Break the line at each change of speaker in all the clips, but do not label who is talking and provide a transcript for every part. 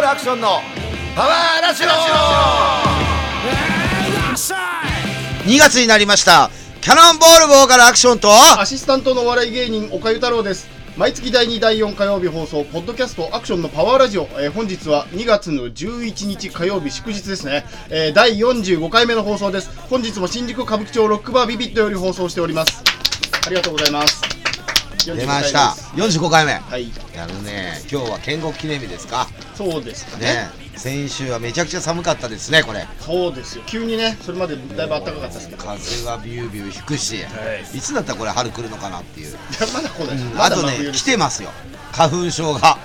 ルアクションのパワーラジオ2月になりましたキャノンボールボーカルアクションと
アシスタントのお笑い芸人、おかゆ太郎です。毎月第2、第4火曜日放送、ポッドキャストアクションのパワーラジオ。えー本日は2月の11日火曜日祝日ですね。えー第45回目の放送です。本日も新宿歌舞伎町ロックバービビットより放送しております。ありがとうございます。
出ました
45
45回目
回です。
やるね今日は建国記念日ですか
はい。そうですかね。
ね先週はめちゃくちゃ寒かったですねこれ
そうですよ。急にね、それまでだいぶ暖かかったですけど。
風はビュービュー引くし、
はい
い、つになったらこれ春来るのかなっていう、
いやまだ来ないです。
うん
ま
あ
だ
と
真
ね
冬で
来
す。
てますよ花粉症が、
あ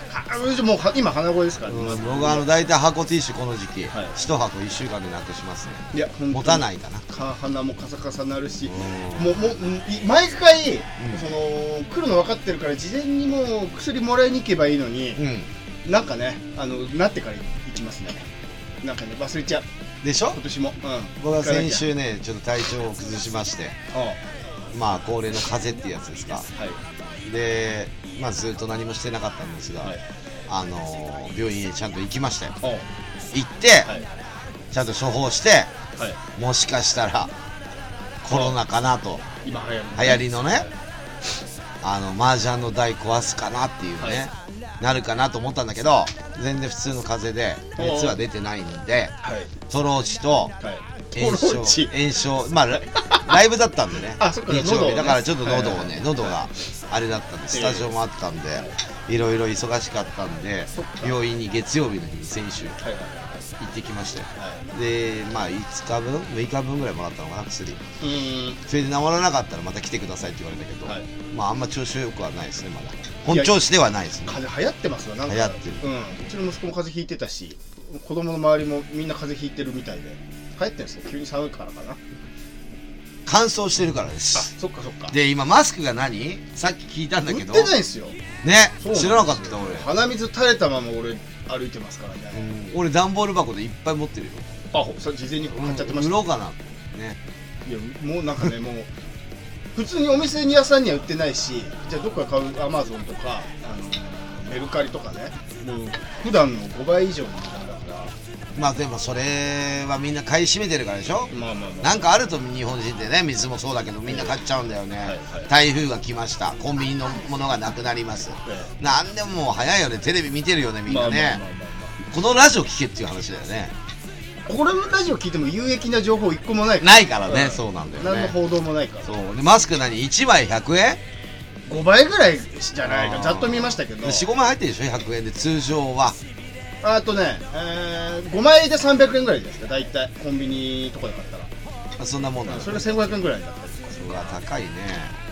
もうは今鼻声ですから、
う
ね
ん、僕はあの大体箱ティッシュこの時期、
はい
一箱1週間でなくしますね
いや、本当に
持たないかな
か鼻もカサカサなるし、
うん
もうもううんい毎回、その来るの分かってるから事前にもう薬もらいに行けばいいのに、
うん
なんかねあのなってから行きますねなんかね忘れちゃう
でしょ
今年も、うん、
僕は先
行
週ねちょっと体調を崩しまして
かなきゃ
まあ恒例の風邪ってやつですか
ああはい
でまあずっと何もしてなかったんですが、
はい
あのー病院へちゃんと行きましたよ
あ
行って
あはい
ちゃんと処方して
はい
もしかしたらコロナかなと
今流行る
流行りのねあの麻雀の台壊すかなっていうね、なるかなと思ったんだけど全然普通の風邪で
おうおう
熱は出てないんで
はい
トローチと
はい
炎
トローチ
症炎症まあラライブだったんでね
あそっか
日
喉
曜
をね
日だからちょっと喉を
はいはいは
ね
い
喉があれだったんでスタジオもあったんでいろいろ忙しかったんで
そっか
病院に月曜日の日に先週行
はいはい
ってきましたよ
はい
でまあ5日分6日分ぐらいもらったのかな薬
うーん
それで治らなかったらまた来てくださいって言われたけど、
はい
まああんま調子良くはないですねまだ本調子ではないですね
風邪流行ってますわなんか
流行ってる
うん、うちの息子も風邪ひいてたし子供の周りもみんな風邪ひいてるみたいで流行ってるんですよ急に寒いからかな
乾燥してるからで
あ
す
そっかそっか
で今マスクが何さっき聞いたんだけど
売ってないんですよ
ね
そうなんです
知
よ
らなかった俺
鼻水垂れたまま俺歩いてますからね、
俺段ボール箱でいっぱい持ってるよ
あほそれ事前に買っちゃって
う
ま
ん
し
売
た、
ろうかなね
いやもうなんかねもう 普通にお店に屋さんには売ってないしじゃあどっか買うアマゾンとかあのメルカリとかねもう普段の5倍以上の値段だから
まあでもそれはみんな買い占めてるからでしょ
まあまあまあ
なんかあると日本人ってね水もそうだけどみんな買っちゃうんだよね、
はいはい
台風が来ましたコンビニのものがなくなります、
え
なんでももう早いよねテレビ見てるよねみん
まあま
な
あまあ
ね、
まあまあ
このラジオ聞けっていう話だよね
これもラジオ聞いても有益な情報一個もない
ないからねそうなんだよね
何の報道もないから
そうでマスク何1枚100円
5倍ぐらいじゃないかざっと見ましたけど
45枚入ってるでしょ100円で通常は
あとね、えー、5枚で300円ぐらいじゃないですか大体コンビニとかで買ったら
あそんなもんなの
それが1500円ぐらいだったり
う
とか
わ高いね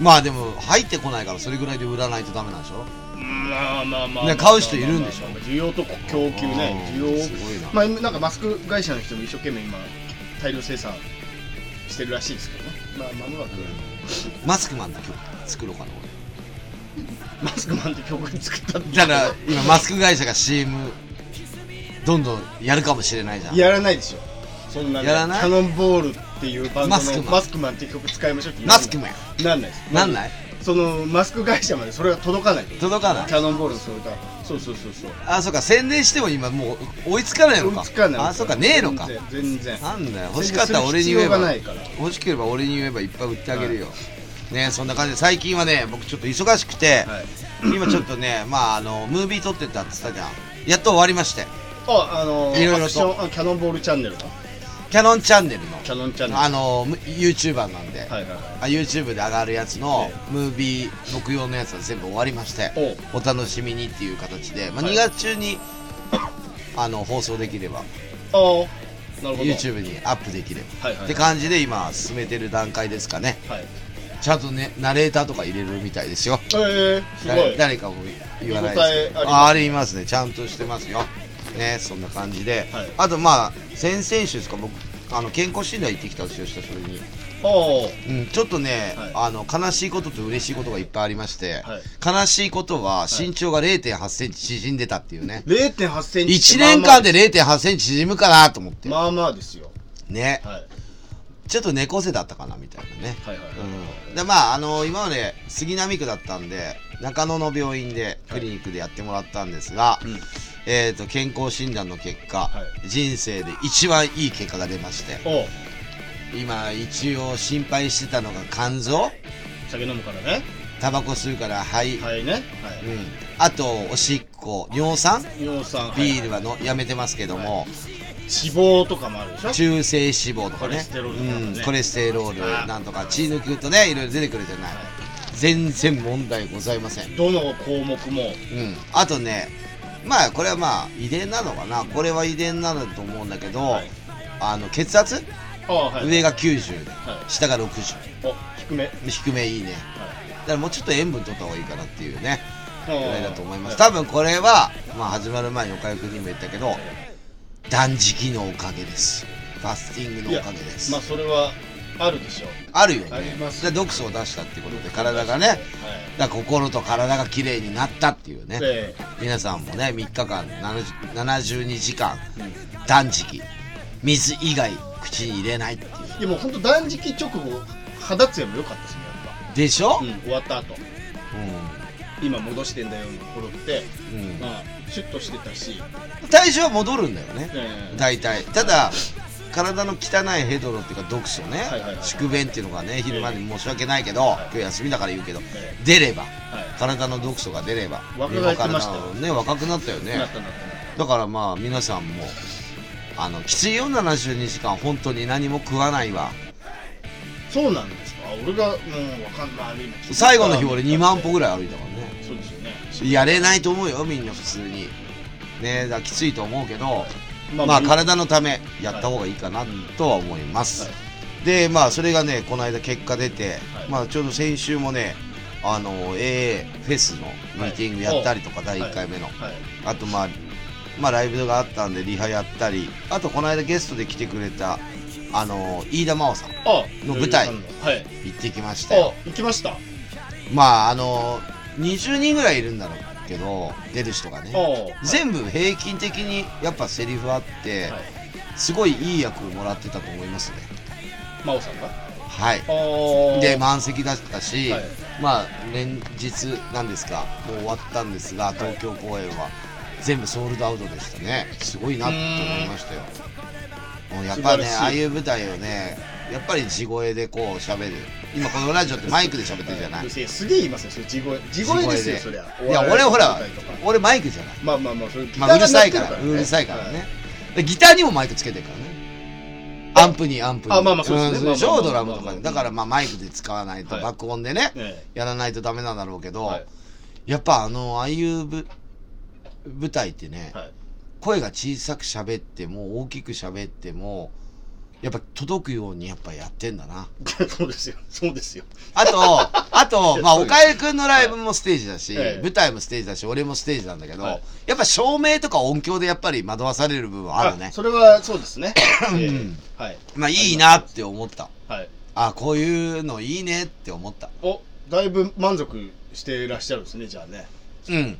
まあでも入ってこないからそれぐらいで売らないとダメなんでしょ
まあまあま
ね買う人いるんでしょ
まあまあ需要と供給ね
うん
需要
すごいな
まあなんかマスク会社の人も一生懸命今大量生産してるらしいですけどねまあまもなく
マスクマンの曲作ろうかな
マスクマンって曲作ったん
俺だから今マスク会社が CM どんどんやるかもしれないじゃん
やらないでしょそんなね
やらない
キャノンボールっていうバン
マス
ド
ク
の
マン
マスクマンっていう曲使いましょうって言わ
マ
ない
スクマン
なんないです
なんない
そのマスク会社までそれが届かないキ
届かない
ャノンボールのそれがそうそうそうそう
あそうか宣伝しても今もう追いつかないのか
追いつかない
あそうかねえのか
全然全然
なんだよ欲しかったら俺に言え
全
ば
然する必要がない
欲しければ俺に言えばいっぱい売ってあげるよ、ねそんな感じで最近はね僕ちょっと忙しくて、
はい
今ちょっとねまああのムービー撮ってたって言ったじゃんやっと終わりまして
ああのー
いろいろと
アクションあキャノンボールチャンネルの
キャノンチャンネルの
キャノンチャンネル
あのむ YouTuber なんで、
はいはいはい
あ YouTube で上がるやつの
え
ムービー録用のやつは全部終わりましてお楽しみにっていう形で、まあ、
はい
2月中に、あの放送できれば
ああなるほど
YouTube にアップできれば、
はいはいはい
って感じで今進めてる段階ですかね
はい
ちゃんとねナレーターとか入れるみたいですよ
えー、すご
誰
い
誰かも言わないですけど
見応えあります
あありますねちゃんとしてますよねそんな感じで、
はい
あとまあ先々週ですか僕あの健康診断行ってきたんですよ久しぶりに、
ああ
うん、ちょっとね、
はい
あの悲しいことと嬉しいことがいっぱいありまして、
はい
悲しいことは身長が0 8センチ縮んでたっていうね、
0 8センチ
1年間で0 8センチ縮むかなと思って、
まあまあまあですよ
ね
はい
ちょっと猫背だったかなみたいなね、
はいはいはい
うん、でまああの今まで杉並区だったんで中野の病院でクリニックでやってもらったんですが、
うん
えー、と健康診断の結果、
は
人生で一番いい結果が出まして
おう
今一応心配してたのが肝臓
酒飲むからね
タバコ吸うから肺、
はいねは
うん、
い
あとおしっこ尿酸
尿酸はい
ビールはのやめてますけども、
脂肪とかもあるでしょ
中性脂肪とか
コレ
ね
ステロールとかね
うん、コレステロールなんとか血抜くとねいろいろ出てくるじゃない全然問題ございません
どの項目も
うん、あとねまあこれはまあ遺伝なのかなこれは遺伝なんだと思うんだけど、
はい
あの血圧、
ああはい
上が90で
はい
下が60
お低めはい
低めいいねだからもうちょっと塩分取った方がいいかなっていうねぐらいだと思います
は
多分これは、まあ、始まる前に岡井君にも言ったけど断食のおかげですファスティングのおかげです、
まあそれはあるでしょう
あるよね
あります
で毒素を出したってことで体がねだから心と体が綺麗になったっていうね
はいで
皆さんもね3日間70 72時間
うん
断食水以外口に入れないっていう
いやもう本当断食直後肌ツヤも良かったですねや
でしょ
っぱ、うん、終わった後
う
今戻してんだよのところって、
ん、うん
まあ、シュッとしてたし、
体重は戻るんだよね
え
大体ただ体の汚いヘドロっていうか毒素ね、
はいはいはい
宿便っていうのがね昼間に申し訳ないけど、
い
今日休みだから言うけど
ええ
出れば
えは
体の毒素が出れば
若返ってましたよ
身も体もね若くなったよ
い、
ね
なったなっ
だからまあ皆さんもあのきついよ72時間本当に何も食わないわ
たそうなんですかあ俺がもうんわかんないあれ今聞いた
最後の日俺2万歩ぐらい歩いたからね
そうですよね
やれないと思うよみんな普通にねえだからきついと思うけど
ま
まあ、体のためやった方がいいかなとは思います、
は
でまあそれがねこの間結果出て、
はい
まあちょうど先週もねあの AA フェスのミーティングやったりとか、第1回目の、
はい
あとまあまあライブがあったんでリハやったりあとこの間ゲストで来てくれたあの飯田真央さん
あ
の舞台
女優さんのはい
行ってきましたよ
あ行きましたあ
まああの20人ぐらいいるんだろうけど出る人がね全部平均的にやっぱセリフあって、
はい
すごいいい役をもらってたと思いますね
真央さんが
はい
あ
で満席だったし、
はい
まあ連日なんですかもう終わったんですが東京公演は全部ソールドアウトでしたねすごいなと思いましたよもうやっぱね
素晴らしい
ああいう舞台をねやっぱり地声でこう喋る今このラジオってマイクで喋ってるじゃない
はすげえ言いますよそれ地声地声ですよ
地
そりゃ
いや俺はほら
お笑いの舞台とか
俺マイクじゃない、
まあまあまあそれギタ
ま
ーが
あ、うるさいから
鳴って
うるさいからね、
は
でギターにもマイクつけてるからねアンプにアンプに
あまあまあそうですね
んでしょ
まあ
ド
まあ
ラム
まあま
と
あまあ
かでだからまあマイクで使わないと
はい
爆音でね、
え
やらないとダメなんだろうけど、
はい
やっぱあのああいうぶ舞台ってね、
はい
声が小さく喋っても大きく喋ってもやっぱ届くようにやっぱやってんだな
そうですよそうですよ
あとあとまあ
そうです
岡江君のライブもステージだし、
ええ
舞台もステージだし俺もステージなんだけど、
はい
やっぱ照明とか音響でやっぱり惑わされる部分はあるね
それはそうで すねええ
うん
はい
まあいいなって思った
はい
あこういうのいいねって思った
おだいぶ満足していらっしゃるんですねじゃあね
うん。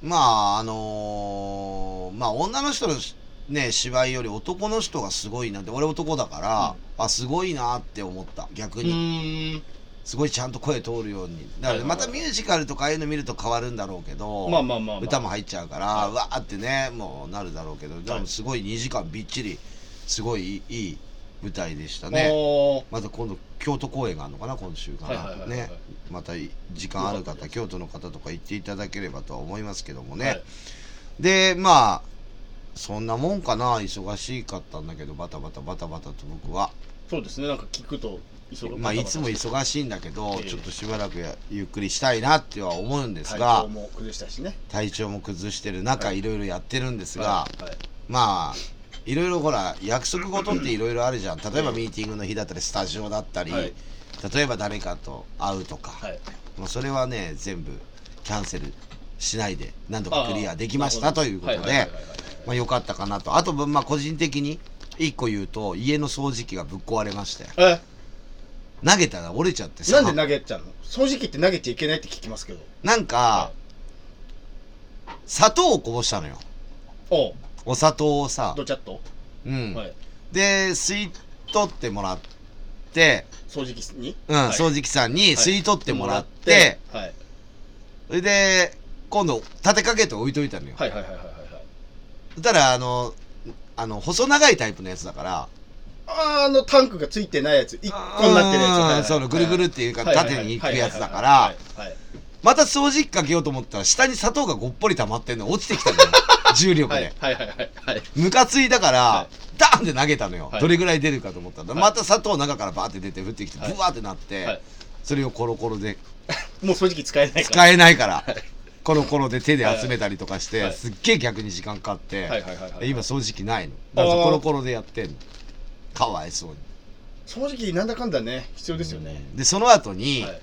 まあ、あのーまあ、女の人のしね、芝居より男の人がすごいなって、俺男だから、あ、すごいなって思った。
う
逆に。
ーん
すごいちゃんと声通るように。だから、
はい
またミュージカルとかああいうの見ると変わるんだろうけど、
まあまあまあ、まあ、
歌も入っちゃうから、
はいう
わーってね、もうなるだろうけど、でもすごい2時間びっちり、すごいいいいい舞台でしたね。
おー
また今度、京都公演があるのかな、今週か
はいはい
ら。
はいはい
ね。また時間ある方、京都の方とか行っていただければとは思いますけどもね。
はい
でまあそんなもんかな忙しかったんだけどバタバタバタバタと僕は
そうですねなんか聞くと忙
まあいつも
す
忙しいんだけど
ええ
ちょっとしばらくやゆっくりしたいなっては思うんです
体
が
調も崩したしね
体調も崩してる中
はい
ろいろやってるんですが
はいはい
まあいろいろほら約束事っていろいろあるじゃん例えばミーティングの日だったりスタジオだったり
はい
例えば誰かと会うとか
はい
まあそれはね全部キャンセルしないでなんとかクリアできまし
あ
た
ー
ということ
はいはい
で
はいはいはい
まあ、良かったかなと。あと、まあ、個人的に、一個言うと、家の掃除機がぶっ壊れましたよ。
え
投げたら折れちゃって
な
さ。
んで投げちゃうの掃除機って投げちゃいけないって聞きますけど
なんか、砂糖をこぼしたのよ。
おう
お砂糖をさ。
ドチャッと、
うん。
はい
で、吸い取ってもらって、
掃除機に
うん、
はい
掃除機さんに吸い取ってもらって、
はい
それで、今度、立てかけて置いといたのよ。
はいはいはいはいはいはい
ただ、あの、あの、細長いタイプのやつだから、
あーあのタンクがついてないやつ、一個になってるやつ
うん
はいはい。
そのぐるぐるっていうか、縦に行くやつだから、
はいはいはいはいはいはいはい
また掃除機かけようと思ったら、下に砂糖がごっぽり溜まってんの、落ちてきた のよ。重力で。
はいはいはいはい。
ムカついたから、
は
ダーンって投げたのよ、
はい
どれぐらい出るかと思ったら、
はい
また砂糖中からバーって出て降ってきて、
はい
ブワーってなって、
はい
それをコロコロで
もう掃除機使えないから。
使えないから、
はい
コロコロで手で集めたりとかして、
はい
すっげえ逆に時間かかって、
はいはいはいはい
今掃除機ないのだから
あー
コロコロでやってんのかわいそうに
掃除機なんだかんだね、必要ですよね。
でその後に、
はい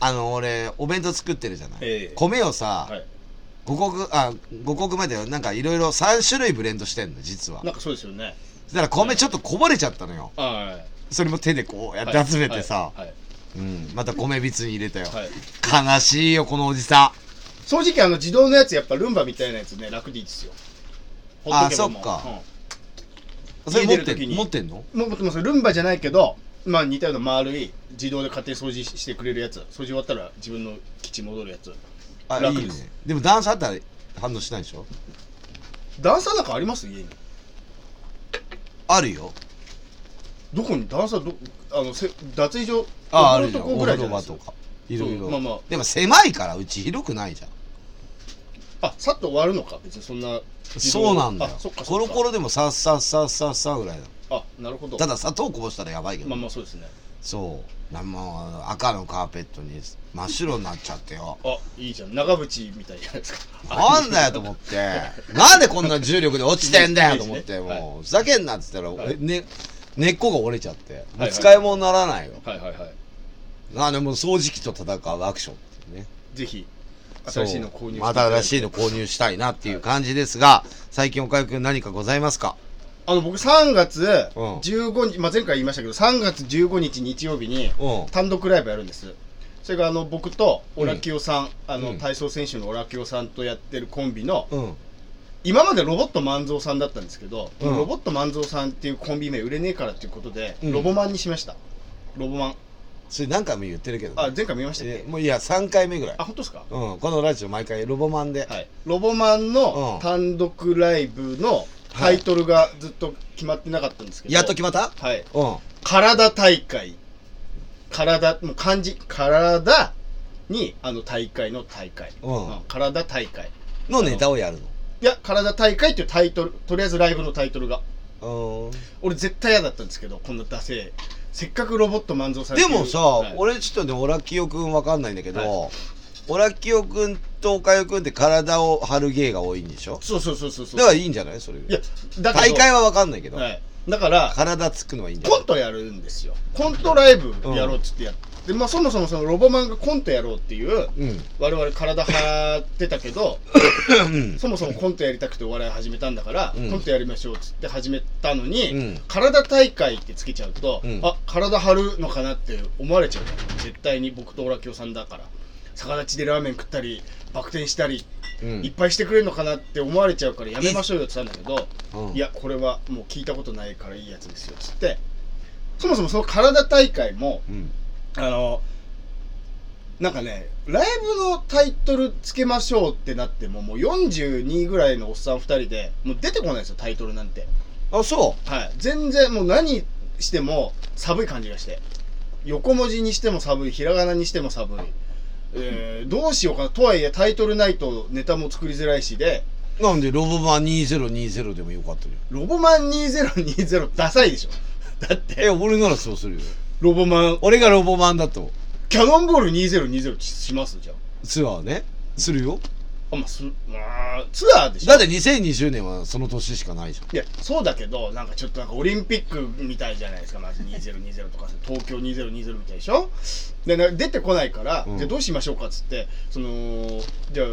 あの俺お弁当作ってるじゃない、
ええ
米をさ、
はい。
五穀あ五穀までなんかいろいろ3種類ブレンドしてんの実は
なんかそうですよね。
だから米ちょっとこぼれちゃったのよ
は
それも手でこう
い
やっ
はい
て集めてさ、
はいはい
うん、また米びつに入れたよ、
はい。
悲しいよこのおじさ
掃除機あの自動のやつ、やっぱルンバみたいなやつね、楽でいいですよ。
あー
ほっとけばもう
そっか
うん
んそれ持っ
家出
て
る時に
持ってんの
もう持ってますルンバじゃないけど、まあ似たような丸い自動で勝手に掃除ししてくれるやつ掃除終わったら自分の基地戻るやつ
あい
楽
いね
です
でも段差あったら反応しないでしょ
段差なんかあります家に
あるよ
どこに段差どあのせ脱衣所
ああ
お
るじ
風
ゃん
呂とこ
お
ぐら
風呂
いじゃない
場
です
と
か
かいろい
そ
ろ、
うまあまあ
でも狭いからうち広くないじゃん
あさっと終わるのか別にそんな自動
そうなんだよ
あそっかそっ
コロ
か
コロでもさっさっさっさっさぐらいだ
あなるほど
ただ砂糖こぼしたらやばいけど、
まあまあそうですね
そうなもう赤のカーペットに真っ白になっちゃってよ
あいいじゃん長渕みたいじゃないです か
なんだよと思って、なんでこんな重力で落ちてんだよと思って、
はい
もう、ふざけんなって言ったら、
はい
ね、根っこが折れちゃって、も
は
う
い
使い物にならないよ。
はいはいはい
なんでもう掃除機と戦うアクションっていうね。
ぜひ新しいの購入
そうまた新しい
の
の購入したいなっていう感じですが、最近岡井くん何かございますか
あの僕3月
うん
15日、まあ、前回言いましたけど3月15日日曜日に
うん。
単独ライブやるんですそれがあの僕とオラキオさん、あ
う
の
ん
体操選手のオラキオさんとやってるコンビの、
うん。
今までロボット万蔵さんだったんですけど、
うん
ロボット万蔵さんっていうコンビ名売れねえからっていうことで、
うん
ロボマンにしましたロボマン
それ何回も言ってるけどね、
あ前回見ましたっ
え
け
もういや、3回目ぐらい
あ。本当ですか、
うん。このラジオ毎回ロボマンで。
はい、ロボマン
うん
の単独ライブのタイトルがずっと決まってなかったんですけど、
やっと決まった
はい
うん。
体大会体もう漢字体にあの大会の大会、
うん
うん体大会
のネタをやる
いや体大会っていうタイトルとりあえずライブのタイトルが
の。うん。
俺絶対嫌だったんですけどこんなダセえせっかくロボット満蔵さん
でもさ、
はい
俺ちょっとねオラキオくんわかんないんだけど、
は
オラキオくんとオカヨくんって体を張る芸が多いんでしょ
そうそうそうそうそう
だからいいんじゃないそれ
いやだけ
大
ど
会はわかんないけど、
はいだから
体つくのはいいんじゃな
コ
い
ントやるんですよコントライブやろうっつってやって、でまあ、そもそもそのロボマンがコントやろうっていう
う
我々体張ってたけど
ん
そもそもコントやりたくてお笑い始めたんだから、
うん
コントやりましょうっつって始めたのに、
うん
体大会ってつけちゃうと、
うん
あ体張るのかなって思われちゃうから絶対に僕とオラキオさんだから逆立ちでラーメン食ったりバク転したり、
うん
いっぱいしてくれるのかなって思われちゃうからやめましょうよって言ったんだけど、
うん
いやこれはもう聞いたことないからいいやつですよっつってそもそもその体大会も
うん
あのなんかねライブのタイトルつけましょうってなってももう42ぐらいのおっさん2人でもう出てこないですよタイトルなんて
あそ
はい全然もう何しても寒い感じがして横文字にしても寒いひらがなにしても寒い、えーどうしようかなとはいえタイトルないとネタも作りづらいしで
うなんでロボマン2020でもよかったよ
ロボマン2020ダサいでしょ だっ
え
て
俺ならそうするよ
ロボマン
俺がロボマンだと
キャノンボール2020しますじゃん
ツアーねするよ
あまあすまあツアーでしょ
だって2020年はその年しかないじゃん
いや、そうだけど、なんかちょっとなんかオリンピックみたいじゃないですか、まず2020とか、東京2020みたいでしょで、な出てこないから、
うん
じゃあどうしましょうかっつって、その、じゃあ、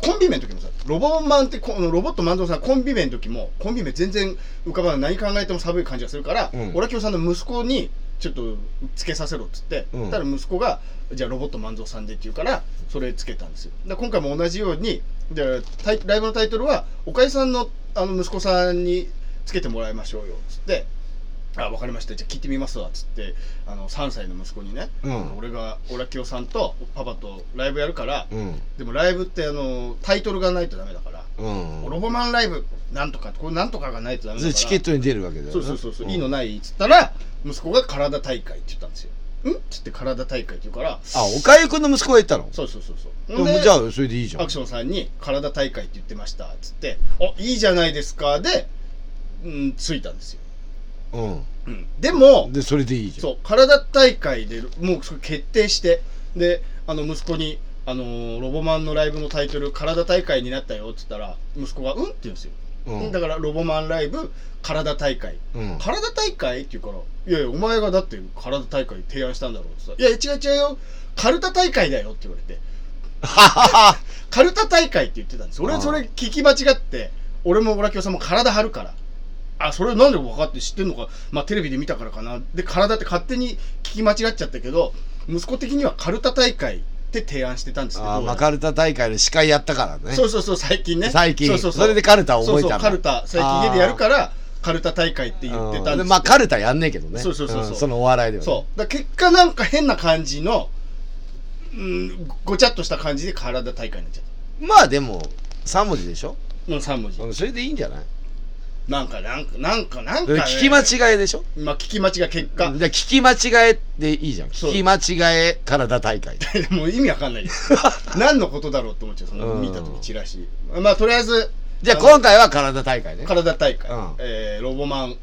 コンビ名の時もさ、ロボマンって、このロボット万蔵さん、コンビ名の時も、コンビ名全然浮かばない、何考えても寒い感じがするから
うん、
オラキオさんの息子に、ちょっとつけさせろっつって、
うん
そしたら息子が、じゃあロボット万蔵さんでって言うから、それつけたんですよ。で今回も同じように、でタイライブのタイトルは、おかえさんのあの息子さんにつけてもらいましょうよっつって、あ、わかりました、じゃあ聞いてみますわっつって、あの3歳の息子にね、
うん
俺がオラキオさんとパパとライブやるから、
うん
でもライブってあのタイトルがないとダメだから、
うん
オロボマンライブなんとかこれなんとかがないとダメだ
そ
か
れ
ら
チケットに出るわけだよ
そうそうそうそう、
ん
いいのないっつったら息子が体大会って言ったんですよんっつって体大会って言うから
あおかゆくんの息子が言ったの
そうそうそうそう
で
ほん
も
で
じゃあそれでいいじゃ
ア
ん
クションさんに「体大会って言ってました」っつって「あいいじゃないですか」で、うん、ついたんですよ、
う
うん、でも
んでそれでいいじゃん
そう、体大会でもうそれ決定して、で、あの息子に、あのーロボマンのライブのタイトル、体大会になったよって言ったら、息子が、うんって言うんですよ。
うん
だから、ロボマンライブ、体大会。
うん
体大会って言うから、いやいや、お前がだって体大会提案したんだろうって言ったら、いやいや、違う違うよ、カルタ大会だよって言われて、カルタ大会って言ってたんです。
あ
俺、
あ
それ聞き間違って、俺もオラキオさんも体張るから。あ、それなんで分かって知ってんのか。まあ、テレビで見たからかな。で、体って勝手に聞き間違っちゃったけど、息子的にはカルタ大会って提案してたんですけど。
あーまあカルタ大会の司会やったからね
そうそうそう、最近ね。
最近
そうそうそう。
それでカルタを覚えた
そうそ
の
う、カルタ。最近家でやるから、カルタ大会って言ってたんですけど
うんまあカルタやんねえけどね
そうそうそうそうん
そのお笑いではね
そう。だから結果なんか変な感じの、うん、ごちゃっとした感じで体大会になっちゃっ
まあでも3文字でしょ
た。の3文字
う。んそれでいいんじゃない
なんか、なんか、なんか、なんか、ね。
聞き間違えでしょ
まあ、聞き間違い結
だ
果
か。 ら聞き間違えでいいじゃん
そう
聞き間違え体大会
もう意味わかんない です。何のことだろうと思っちゃう、その
うん
見たとき、チラシ。まあ、とりあえず、
じゃあ
あの
今回は体大会ね
体大会、
うん
えーロボマン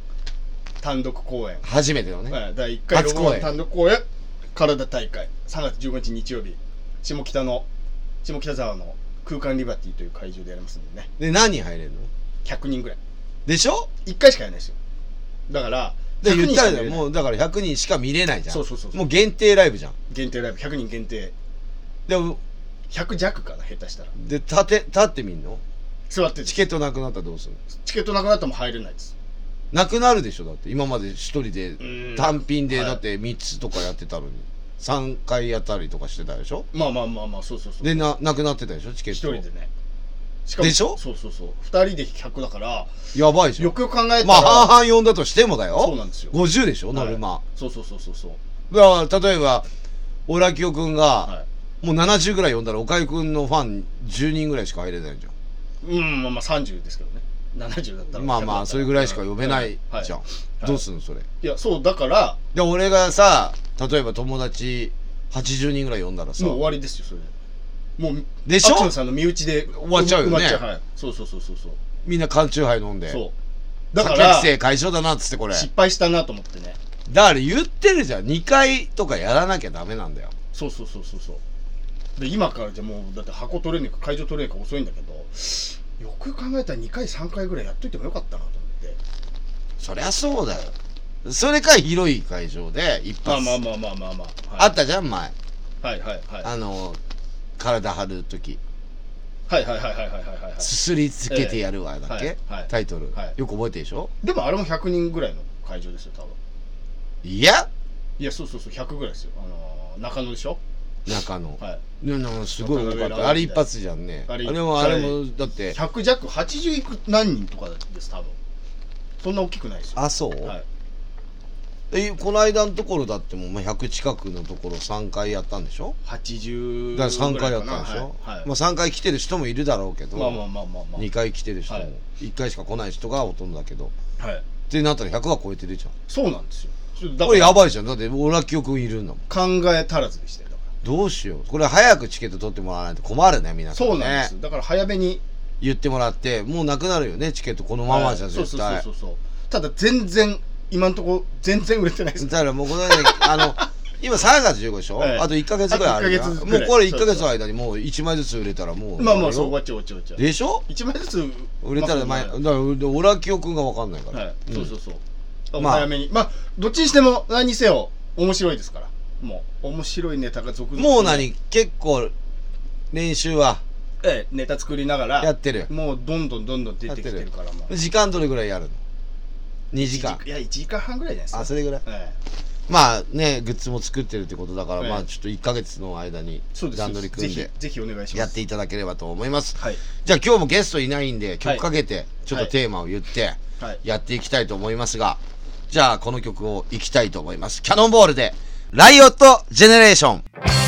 単独公演、
初めての
え
ね
ー第1回ロ
初公演
ボマン単独公演、体大会、3月15日日曜日、下北の、下北沢の空間リバティという会場でやりますんでね、
で何人入れるの
100人ぐらい。
でしょ
1回しかやらないですよ。だから、
で言ったら
100人しか見れ
ねも
ない
うだから100人しか見れないじゃん
そうそうそうそう
もう限定ライブじゃん
限定ライブ、100人限定、
でも
100弱かな、下手したら。
で立て立ってみんの
座って
チ
チ
ケ
ケ
ットなくなったらどうするの
チケットなくなっても入れないです。
なくなるでしょだって今まで一人で
うん
単品で
はい
だって3つとかやってたのに3回やったりとかしてたでしょ
まあまあまあまあ、そうそうそう。
でななくなってたでしょチケッ
一
ト
人でね。しかも
でしょ
そうそうそう。二人で客だから、
やばいじゃ
よ
ん
くよく考えたら、
まあ半々呼んだとしてもだよ
そうなんですよ。
50でしょ
はい
ノルマ、
そうそうそうそうそう。
だから例えばオラキオくんが
は
もう70ぐらい呼んだらおかゆくんのファン10人ぐらいしか入れないじゃん
い。うん、まあまあ30ですけどね。70だったら。
まあまあそれぐらいしか呼べない
はい
じゃん、
い
どうすんのそれ
いや、そう、だから、
で俺がさ例えば友達80人ぐらい呼んだらさ
もう終わりですよ、それで。もう、
でしょ
アクションさんの身内で
終わっちゃうよね
埋まっはい。そうそうそうそうそう。
みんな缶チューハイ飲んで
そう。だ
だ
か
から
ら、
客生解消だなっつってこれ
失敗したなと思ってね。
だから言ってるじゃん2回とかやらなきゃダメなんだよ
そうそうそうそうそうで今からじゃもうだって箱取れねえか会場取れねえか遅いんだけどよく考えたら2回3回ぐらいやっといてもよかったなと思って
そりゃそうだよそれか広い会場で一発
まあまあまあまあまあまあ、
あ
は
ったじゃん前
い、はいはいはいは
あの体張る時
いはいはいはいはいはいはい
すすりつけてやるわだっけ、
はいはい
タイトル、
はい
よく覚えてるでしょ
でもあれも100人ぐらいの会場ですよ多分
いや
いやそうそうそう100ぐらいですよあのー中野でしょ
中の、
はい
でなんかすごい多かっ
中野
たあれ一発じゃんねあ
あれ
れもあれもだって
100弱80いく何人とかです多分そんな大きくないですよ
あそう、
はい
えこの間のところだってもうまあ100近くのところ3回やったんでしょ
80
だから3回やったんでしょ、
ぐらいかなはいはい
まあ、3回来てる人もいるだろうけど、
まあまあまあまあま
2回来てる人も、
はい
1回しか来ない人がほとんどだけどっ
あはい
てなったら100は超えてるじゃん
そうなんですよちょっとだ
こ
か
れ
ら
やばいじゃんだって俺は記憶いるんだもん
考え足らずでしたよだか
どうしようこれ早くチケット取ってもらわないと困るね皆
ら
さん、ね、
そうなんです、だから早めに
言ってもらってもうなくなるよねチケットこのままじゃ
はいそう
絶
そう
対
そうそうただ全然今のところ全然売れてないです
だからもうこ の間ねあの今3月15でしょ、
ええ
あと1か月ぐらいあるから
あと一ヶ月
も
ぐ
う
らい
これ1か月の間にもう1枚ずつ売れたらもう
まあまあそう終
よ
わっちゃう終わっちゃう終わっち
でしょ
ゃう1枚ずつ
売れたら前、だ
まあ
か
そう
ら俺は記憶が分かんないから、
はい、
うん
そうそうそうだから
まあ
早めにまあどっちにしても何にせよ面白いですからもう面白いネタが続々
もう何結構練習は
ええネタ作りなが
やっ
ら
てる
もうどんどんどんどん出てきてるからもう
時間どれぐらいやるの2時間
いや1時間半ぐらいじゃないですか
あそれぐらい
ええ
まあねグッズも作ってるってことだから、
ええ
まあちょっと1か月の間に
そうです
段取り組ん
ぜ
で
ひぜひお願いします
やっていただければと思います
はい
じゃあ今日もゲストいないんで曲かけてちょっとテーマを言って
はい
やっていきたいと思いますがじゃあこの曲をいきたいと思いますキャノンボールで「ライオットジェネレーション」
「ライオットジェネレーション」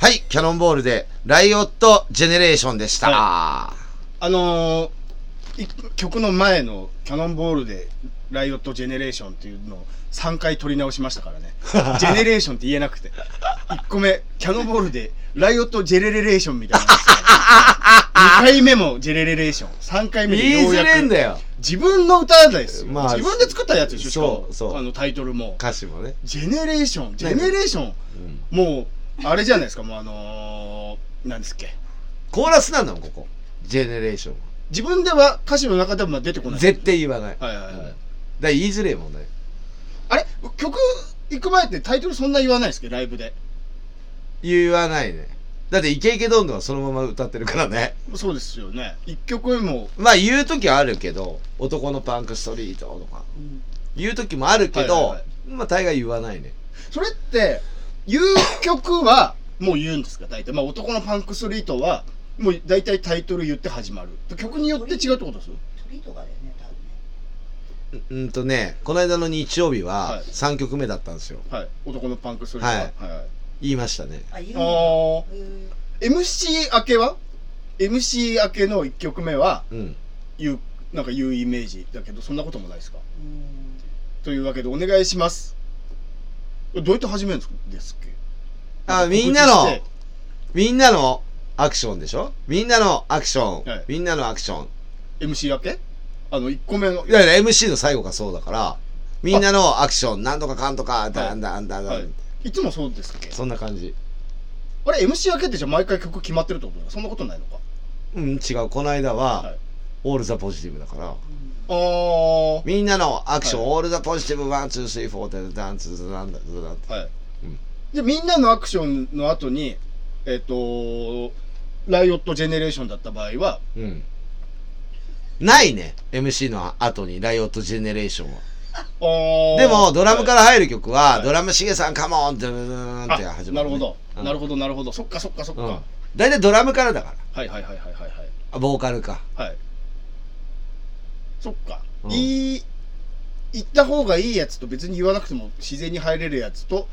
はい、キャノンボールで、ライオットジェネレーションでした。
あのーい曲の前のキャノンボールで「ライオット・ジェネレーション」っていうのを3回取り直しました からねジェネレーションって言えなくて1個目キャノンボールで「ライオット・ジェネレレーション」みたいな 2回目も「ジェネレレーション」3回目で
言い
よう
づ
や
れん
く
だよ。
自分の歌なんですよ、
まあ
自分で作ったやつでしょしかも
そうそう
あのタイトルも
歌詞もね。
「ジェネレーション」「ジェネレーション」
うん
もうあれじゃないですかもうあのー、なんですっけ
コーラスなんだもん、ここ。ジェネレーションは
自分では歌詞の中でも出てこない
絶対言わない。
はいはいはい
うんだから言いづれえもんね。
あれ曲行く前ってタイトルそんな言わないですけどライブで
言わないね。だって、イケイケどんどんはそのまま歌ってるからね。
そうですよね一曲目も
まあ、言う時はあるけど、男のパンクストリートとか。言う時もあるけど、
はいはいは
まあ、大概言わないね。
それって言う曲はもう言うんですか大体まあ男のパンクストリートはもう大体タイトル言って始まる曲によって違うってことです
鳥とかだよね多分ね
ううんとね、この間の日曜日
は
はい3曲目だったんですよ。
はい男のパンクストリートは、はい
言いましたね。
あいるんだ
あ
へー
ー MC 明けは MC 明けの1曲目は
うん。
言うなんか言うイメージだけどそんなこともないですか
うん
というわけでお願いしますどうやって始めるんですか
あ、みんなの、みんなのアクションでしょみんなのアクション、
はい
みんなのアクション。
MC 明けあの1個目の
いやいや、MC の最後がそうだから、みんなのアクション、なんとかかんとか、だんだんだんだん、
はいいつもそうですっけ
そんな感じ。
あれ MC 明けってじゃあ毎回曲決まってるってことそんなことないのか
うん、違う。この間は、
はい
オールザポジティブだから、
あー
みんなのアクション、
はい
オールザポジティブ、ワン、ツー、スリー、フォー、ダダン、ツー、ダン、ダン、ダン。
はい、
うん
じゃあみんなのアクションの後にえっ、とライオットジェネレーションだった場合は
うん。ないね。MC の後に、ライオットジェネレーションは。
あー
でも、ドラムか
は
ら
い
入る曲は、
はい
ドラムしげさん、カモン、ドゥルルルンって始
あ
まる、
な
ね。
るほど、
うん
なるほどなるほどそっかそっかそっか、
うん。大体ドラムからだから。
はいはいはいはいはいはい
あボーカルか。
はい。そっか。
うん
いい、言った方がいいやつと別に言わなくても自然に入れるやつと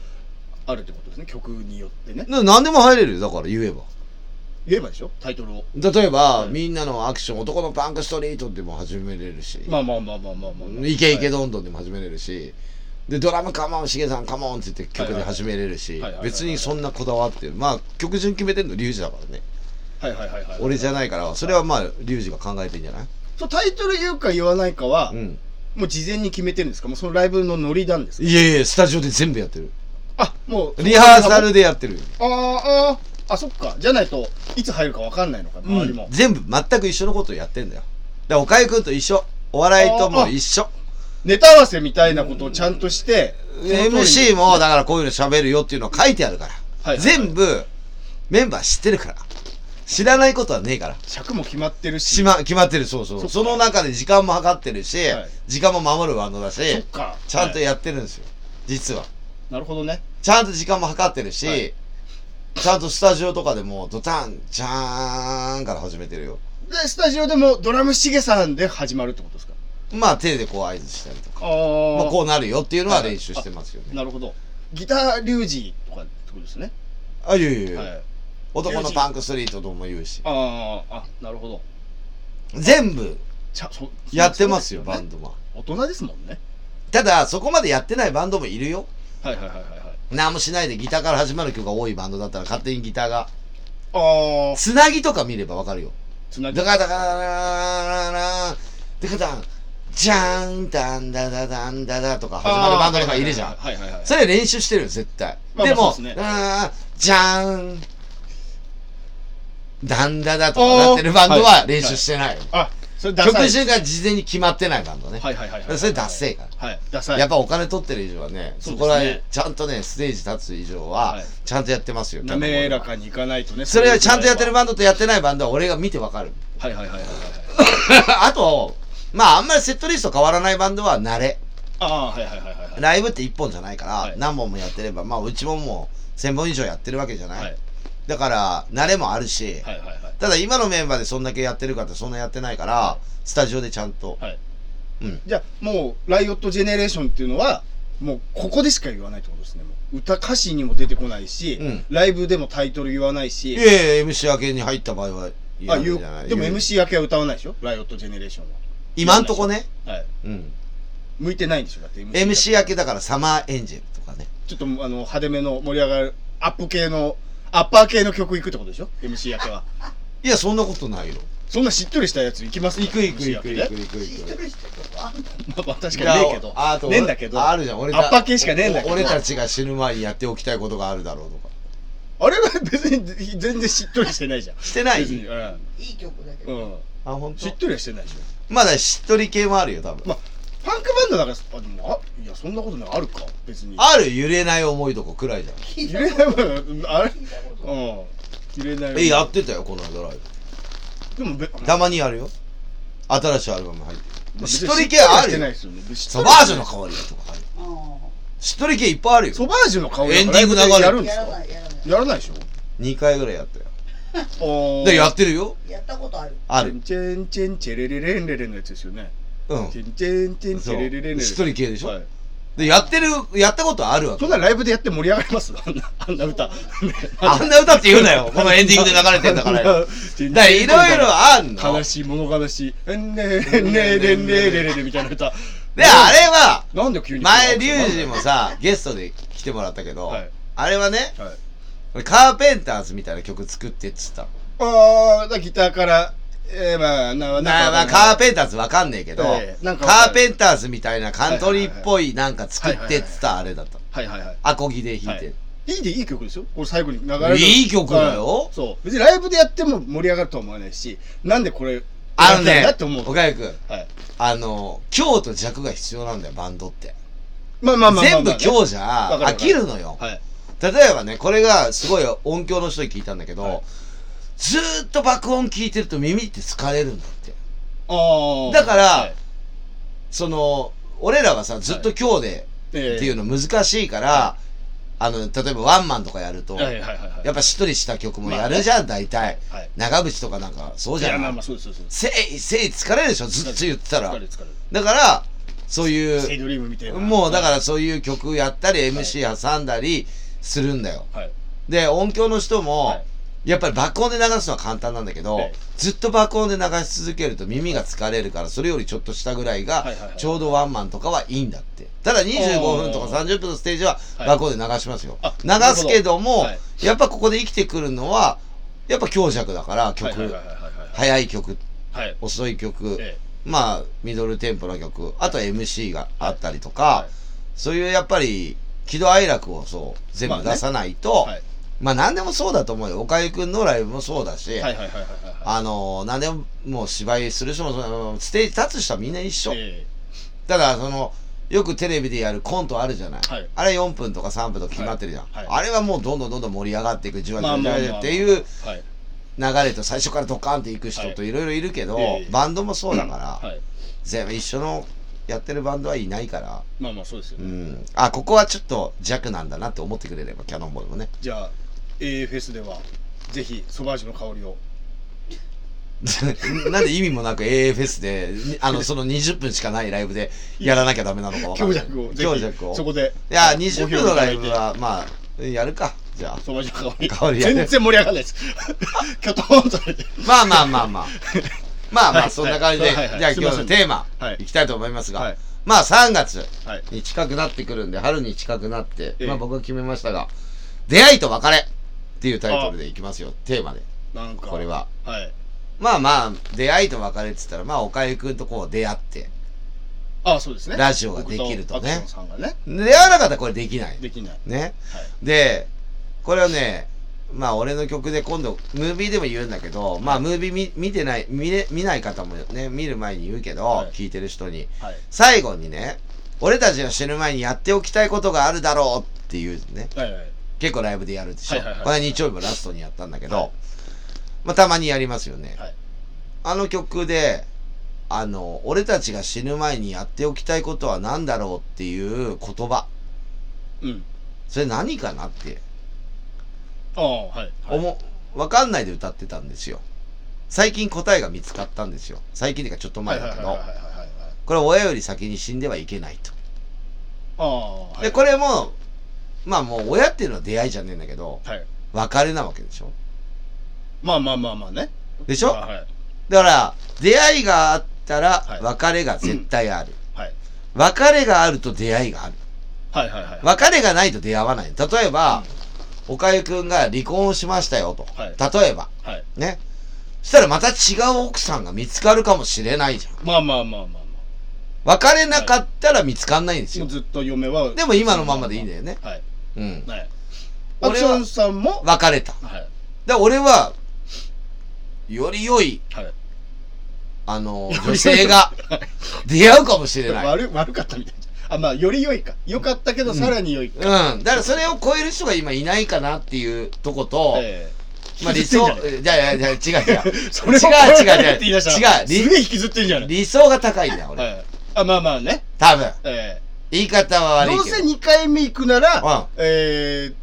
あるってことですね。曲によってね。
な何でも入れるよ。だから言えば。
言えばでしょタイトルを。
例えば、
はい
みんなのアクション、男のパンクストリートでも始めれるし、
まあまあまあまあまあまあ、
イケイケ
は
どんどんでも始めれるし、で、ドラムカモン、しげさんカモンって言って曲で始めれるし
はいはいはい、はいはい
別にそんなこだわってる。まあ、曲順決めてんのリュウジだからね。
い。はいはいはいはい。
俺じゃ
い。
ないから、それはまあ、リュウジが考えてんじゃない
そう、タイトル言うか言わないかは、
うん。
もう事前に決めてるんですかもうそのライブのノリなんですか
いえいえ、スタジオで全部やってる。
あ、もう。
リハーサルでやってる。
あーあー、あ、そっか。じゃないといつ入るかわかんないのか、周りも。
うん全部、全く一緒のことをやってんだよ。だから、おかゆくんと一緒。お笑いとも一緒。
ネタ合わせみたいなことをちゃんとして、
で MC も、だからこういうの喋るよっていうのを書いてあるから。
はいはいはい
全部、メンバー知ってるから。知らないことはねえから。
尺も決まってるし。
しま、決まってる、そうそう。
そっ
そ
か
の中で時間も計ってるし、
はい
時間も守るバンドだ
そっ
し、
か。
ちゃんと
はい
やってるんですよ。実は。
なるほどね。
ちゃんと時間も計ってるし、
はい
ちゃんとスタジオとかでも、ドタン、ジャーンから始めてるよ。
で、スタジオでもドラムしげさんで始まるってことですか
まあ、手でこう合図したりとか。
ああ、
まあ、
こ
こうなるよっていうのは練習してますよね。
なるほど。ギターリュウジとかってことですね。
あ、いやいやいや、
はい。
男のパンクストリートとも言うし。
ああ、あ、なるほど。
全部
ちゃそ
やってますよ、
そう
バ
で
ンドマン。
大人ですもんね。
ただ、そこまでやってないバンドもいるよ。
はいはいはいはいはい。
何もしないでギターから始まる曲が多いバンドだったら勝手にギターが。
ああ、
つなぎとか見ればわかるよ。
つな
だ
ぎ。
から、だから、だから、だから、じゃーん、だんだだだんだだとか始まるバンドとかいるじゃん。
はいはいはいはい。
それ練習してるよ、絶対。
まあまあ
でも
そうですね、
あーじゃーん、だんだだとか
おー
なってるバンド
は
はい練習してないよ。
あ、それダサ
曲
い。
順が事前に決まってないバンドね。
はいはいはいはい。
それダッセーから。
はい、ダサい。
やっぱお金取ってる以上はね、そう
そですね
こらへんちゃんとね、ステージ立つ以上は
はい、
ちゃんとやってますよ。
滑らかにいかないとね。
それはちゃんとやってる
場
バンドとやってないバンドは俺が見てわ かる。
はいはいはいはいはい。
あと、まああんまりセットリスト変わらないバンドは慣れ。
ああ、はいはいはいはいはい。
ライブって一本じゃないから、
はい
何本もやってれば、まあうちももう1000本以上やってるわけじゃない。
はい
だから、慣れもあるし、
はいはいはい。
ただ今のメンバーでそんだけやってるかってそんなやってないから、スタジオでちゃんと、
はい
うん。
じゃあもうライオットジェネレーションっていうのはもうここでしか言わないってことですね。もう歌歌詞にも出てこないし、
うん
ライブでもタイトル言わない
いえ
し、
いえ、MC 明けに入った場合は言
あ
うん
言
じゃな
う
い
でも MC 明けは歌わないでしょライオットジェネレーション
今んとこね。
は。はい。
うん。
向いてないんでしょだって MC 明け
MC 明けだからサマーエンジェルとかね。
ちょっとあの派手めの盛り上がるアップ系のアッパー系の曲行くってことでしょ MC 明けはい
や、そんなことないよ。
そんなしっとりしたやつ行きます
行く行く行く行く
く
行く
しっ
行
と
く。
りしてるとこあんの
まあ確かにねえけど
あと
ねえんだけど
あ
あ
るじゃん。俺
アッパー系しかねえんだけど
俺たちが死ぬ前にやっておきたいことがあるだろうとか。
れは別に全然しっとりしてないじゃん
してない
別にうん、
いい曲だけ
う
ど、
ん、
あ、本
し
当
っ。とりはしてないでしょ
まだしっとり系もあるよ、多分。
まあパンクバンドだからあでもあいやそんなことないあるか別に
ある揺れない思いとかくらいじゃ
聞い
揺
た
れ
こと
ないもんあれ
聞いたこと
うん揺れない
ん。え、やってたよ、この間ライ
でもべ
ブ。たまにやるよ。新しいアルバム入ってる。しっとり系
は
あ
して
る
ない
よ
で。すよねしっと
サ
り
バージュの代わりだとかある。
あ
しっとり系いっぱいあるよ。
ソバージュの顔
エンディング流れる
やる
あ
んで
や
す
ら
か
ないやらない
やらないでしょ
2回ぐらいやったよ。
お
で、やってるよ。
やったことある
あ
チェ
る
ン。チェンチェンチェレレレンレレンのやつですよね。
うん
チ。ェンチェンチェンチ
そ
ェレレレンレレン。
う。しっとり系でしょ、
はい
で、やってる、やったことあるわけ
そん。なライブでやって盛り上がりますあんな、あんな歌。
あんな歌って言うなよ。このエンディングで流れてんだから よ。だからいろいろあんの。
悲しい、物悲しい。ねえ、ねえ、ねえ、ねえ、ねえ、ねえ、みたいな歌。
で、あれは、
なんで急に。
前、リュウジ もさ、ゲストで来てもらったけど、
はい
あれはね、
はい。
カーペンターズみたいな曲作ってっつったの。
あー、だギターから、えー、まあ、な、
まあまあ、カーペンターズわかんねえけど、
ええなんか
カーペンターズみたいなカントリーっぽいなんか作ってっつったあれだった。
はいはいはい。
アコギで弾いて。
いいでいい曲ですよ。これ最後に流れる。
いい曲だよ
はいそう。別にライブでやっても盛り上がるとは思わないし、なんでこれ、
あの
や
ね
ったんだって、思う。
岡
はい。
谷君、あの、強と弱が必要なんだよ、バンドって。
まあまあまあまあ、
全部強じ
ま
ゃ
あねわか
飽
るわかる
きるのよ。
はい。
例えばね、これがすごい音響の人に聞いたんだけど、
はい
ずーっと爆音聞いてると耳って疲れるんだって。
ああ。
だから
はい
その、俺らはさ、ずっと今日で
え
っていう
の
の難しいから、あの、例えばワンマンとかやると、
はいはいはいはい。
やっぱしっとりした曲もやるじゃん、大体。
はい。
長渕とかなんか、そう
い
じゃ
や、
ん。
まあまあ、そうです、そうです。
せい、せい疲れるでしょ、ずっと言ってたら
疲れ。る、疲れる。
だから、そうい
セイ
う、
ドリームみたいな。。
もうだかららそういう曲やったり、MC 挟んだりするんだよ。
はい。
で、音響の人も、
はい
やっぱり爆音で流すのは簡単なんだけど、
はい
ずっと爆音で流し続けると耳が疲れるから、それよりちょっとしたぐらいが
はいはいは、い
ちょうどワンマンとかはいいんだって。ただ25分とか
おー
30分のステージは
はい
爆音で流しますよ。
あ
流すけども、
なるほ
やっぱここで生きてくるのは、やっぱ強弱だから、曲、
はいはいはいはい
速い曲、
はい。はい。
遅い曲、
え
まあ、ミドルテンポの曲、あとは MC があったりとか、
はい
そういうやっぱり、喜怒哀楽をそう、全
ま
部
あね
出さないと、
えはい。
まあ何でもそうだと思うよ。おかゆくんのライブもそうだし、
はいはいはいはいはいはい。
あのー、何でももう芝居する人もそうステージ立つ人はみんな一緒。
え
ただ、その、よくテレビでやるコントあるじゃない。
はい
あれ4分とか3分とか決まってるじゃん、
はいはい
あれはもうどんどんどんどん盛り上がっていく、じ
え
わじ
まあ
わじ
まあ
わ
ま
じ
あま
わ
あ
っていう
はい。
流れと最初からドカーンっていく人といろいろいるけど、
はいええ
バンドもそうだから、
はい。
全部一緒のやってるバンドはいないから、
まあまあ、そうですよ
う
ね。
ん。あ、ここはちょっと弱なんだなって思ってくれれば、キャノンボールもね。
じゃあ、AFS では、ぜひ、ソバージュの香りを。
なんで意味もなく AFS で、にあの、その20分しかないライブでやらなきゃダメなのかわかん
強
ない。
弱を、ぜ
強
ひ
弱を。
そこで。
いや、
ご評
20
価い
分の
ただ
ラ
い
イ
て
ブは、まあ、やるか。じゃあ。
そばじょうり
香りやね
全然盛り上がらないです。 きょとんとされて。
まあまあまあまあ。まあま
は
あ、
い
そんな感じで、じ
はいはいはい
ゃあ
すいま
今
せ
日
ん
のテーマ
はい、
いきたいと思います
は
が
い、
まあ3月
はい。
に近くなってくるんで、春に近くなって、
ええ
まあ僕は決めましたが、出会いと別れっていうタイトルでいきますよ、テーマで。
なんか。
これ。は。
はい。
まあまあ、出会いと別れって言ったら、まあ、おかゆくんとこう出会って、
あそうですね。
ラジオができるとね
僕アクションさんがね。
出会わなかったらこれできない。
できない。
ね。
はい。
で、これはね、まあ俺の曲で今度、ムービーでも言うんだけど、まあムービー見見てない見れ、見ない方もね、見る前に言うけど、
はい
聞いてる人に、
はい。
最後にね、俺たちが死ぬ前にやっておきたいことがあるだろうっていうね、
はいはい。
結構ライブでやるでしょ。
はいはいはい
これは日曜日もラストにやったんだけど、
はい
まあたまにやりますよね。
はい
あの曲で、あの、俺たちが死ぬ前にやっておきたいことは何だろうっていう言葉、
うん。
それ何かなって
ああ、はい。はい
思、わかんないで歌ってたんですよ。最近答えが見つかったんですよ。最近っていうかちょっと
はい
前
はい
だ
はい
け
はいは
ど
い、はいはい。
これは親より先に死んではいけないと。
ああ、はい。
で、これも、まあもう親っていうのは出会いじゃねえんだけど、
はい。
別れなわけでしょ
まあまあまあまあね。
でしょ
あはい。
だから、出会いがあったら
はい
別れが絶対ある。
はい。
別れがあると出会いがある。
はいはいはい。
別れがないと出会わない。例えば、おかゆくんが離婚をしましたよと。
は
例えば、
はい。
ね。そしたらまた違う奥さんが見つかるかもしれないじゃん。
まあまあまあまあま
別れなかったら見つかんないんです
あ。
よ
もう。ずっと嫁は。
でも今のままでいいんだよね。
はい。
うん。
はい。アク
俺
ション
は
さんも。
別れた。
はい。
で、俺は、より良い、
はい。
あ の、女性が出会うかもしれない。
悪悪かったみたいな。あ、まあ、より良いか。良かったけど、
うん
さらに良い
うん。
か。
だからそれを超える人が今いないかなっていうとこと、
ええ
まあ理
引きずってん
想
じ
じ
ゃない、
ゃあいやいや違う違う。
それを
違う
超えられ
違う
るって言い出したら
違う
すげえ引きずってんじゃない。
理想が高いんだよ、俺。
はい。あ、まあまあね。
多分。
え
言い方は
え
悪い
ど
け
う
ど。
せ2回目行くなら、
うん。
ええ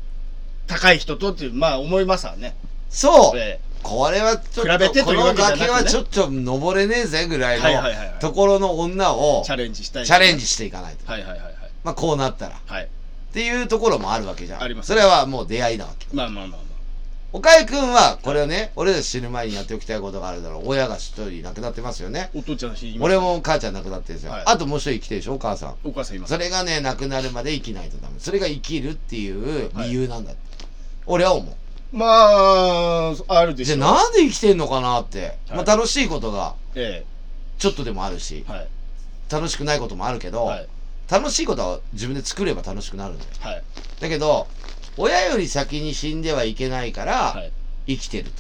高い人とっていう、まあ思いますわね。
そう。
え
これはちょっと、
比べてと
こ
いう
の
わけじゃなくね
崖はちょっと登れねえぜぐらい
はいはいはいは
の
い
ところの女
え
を
チャレンジしたい。
チャレンジ。していかないと。
はいはいはいはい。
まあこうなったら。っ
はい。
ていうところもあるわけじゃん。
あります
それはもう出会いなわけ。
まあまあまあま
岡井くんは、これをね、俺ら死ぬ前にやっておきたいことがあるだろう。親が一人亡くなってますよね。
あ。お父ちゃんの死にまし
俺
た
も母ちゃん亡くなってるんですよ。
はい
あともう一人生きてるでしょ、お母さん。
お母さんいます。
それがね、亡くなるまで生きないとダメ。それが生きるっていう理由なんだって。俺は思う。
まあ、あるでし
じゃ
ょ
あ
う。
なんで生きてんのかなって。
はい
まあ楽しいことが
え
ちょっとでもあるし
え、はい。
楽しくないこともあるけど、
はい。
楽しいことは自分で作れば楽しくなるんだよ。
はい。
だけど、親より先に死んではいけないから、
はい。
生きてる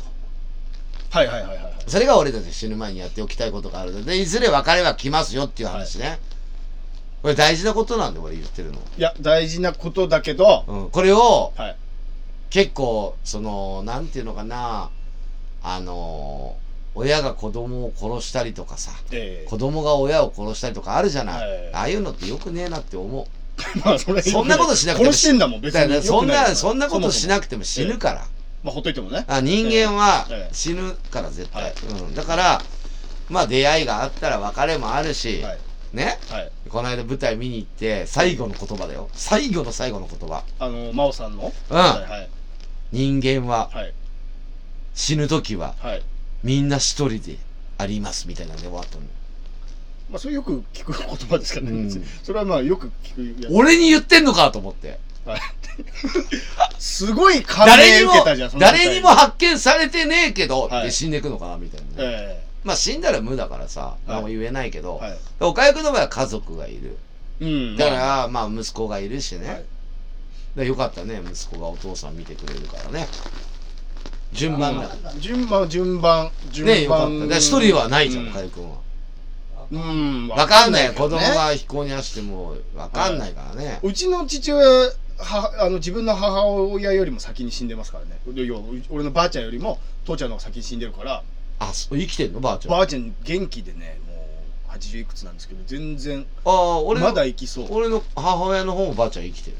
と。
はいはいはいはいはい。
それが俺たち死ぬ前にやっておきたいことがあるので、いずれ別れは来ますよっていう話ね。これ大事なことなんで俺言ってるの。
いや、大事なことだけど、
うん。これを、
はい。
結構、その、なんていうのかな、あの、親が子供を殺したりとかさ、
ええ
子供が親を殺したりとかあるじゃない。
はい
ああいうのってよくねえなって 思
まあ、それ
う。そんなことしなくても。
殺してんだもん、別
だから
に。
そんな、そんなことしな
く
くても死ぬから。
まあ、ほっといてもね。
あ人間は
ええ
死ぬから絶対、
はい
うん、だからまあ出会いがあったら別れもあるし、
はい。
ね
はい。
この間舞台見に行って最後の言葉だよ最後の最後の言葉
あの、真央さんの。
うん
はいはい。
人間は
はい。
死ぬ時は
はい。
みんな一人でありますみたいなんで終わったの
まあ、それよく聞く言葉ですから
う
ね
ん。
別にそれはまあ、よく聞くやつ。
俺に言ってんのかと思って
はいすごい感銘
誰に
受
も
けたじゃん、その舞台
誰にも。発見されてねえけど、
はい
で死んでくのかなみたいなね、
え
まあ死んだら無だからさ
い
何も言えないけ
え
ど、
はい。
おかゆくんの場合は家族がいる
うん。
だか
まあ、
らまあ息子がいるしね、
はい
でよかったね息子がお父さん見てくれるからね順番だか
順番、順番、
ら
順番。
ねよかっただから一人はないじゃ
うん
かゆくんは
うん。
わかんない子
けど
供
ね
が非行に走ってもわかんないからね、
うちの父親はあの自分の母親よりも先に死んでますからねいやいやう俺のばあちゃんよりも父ちゃんの方が先に死んでるから
あそう生きてんのばあちゃんあ
ばあちゃん元気でねもう80いくつなんですけど全然
あ俺の
まだ生きそう、
俺の母親の方もばあちゃん生きてる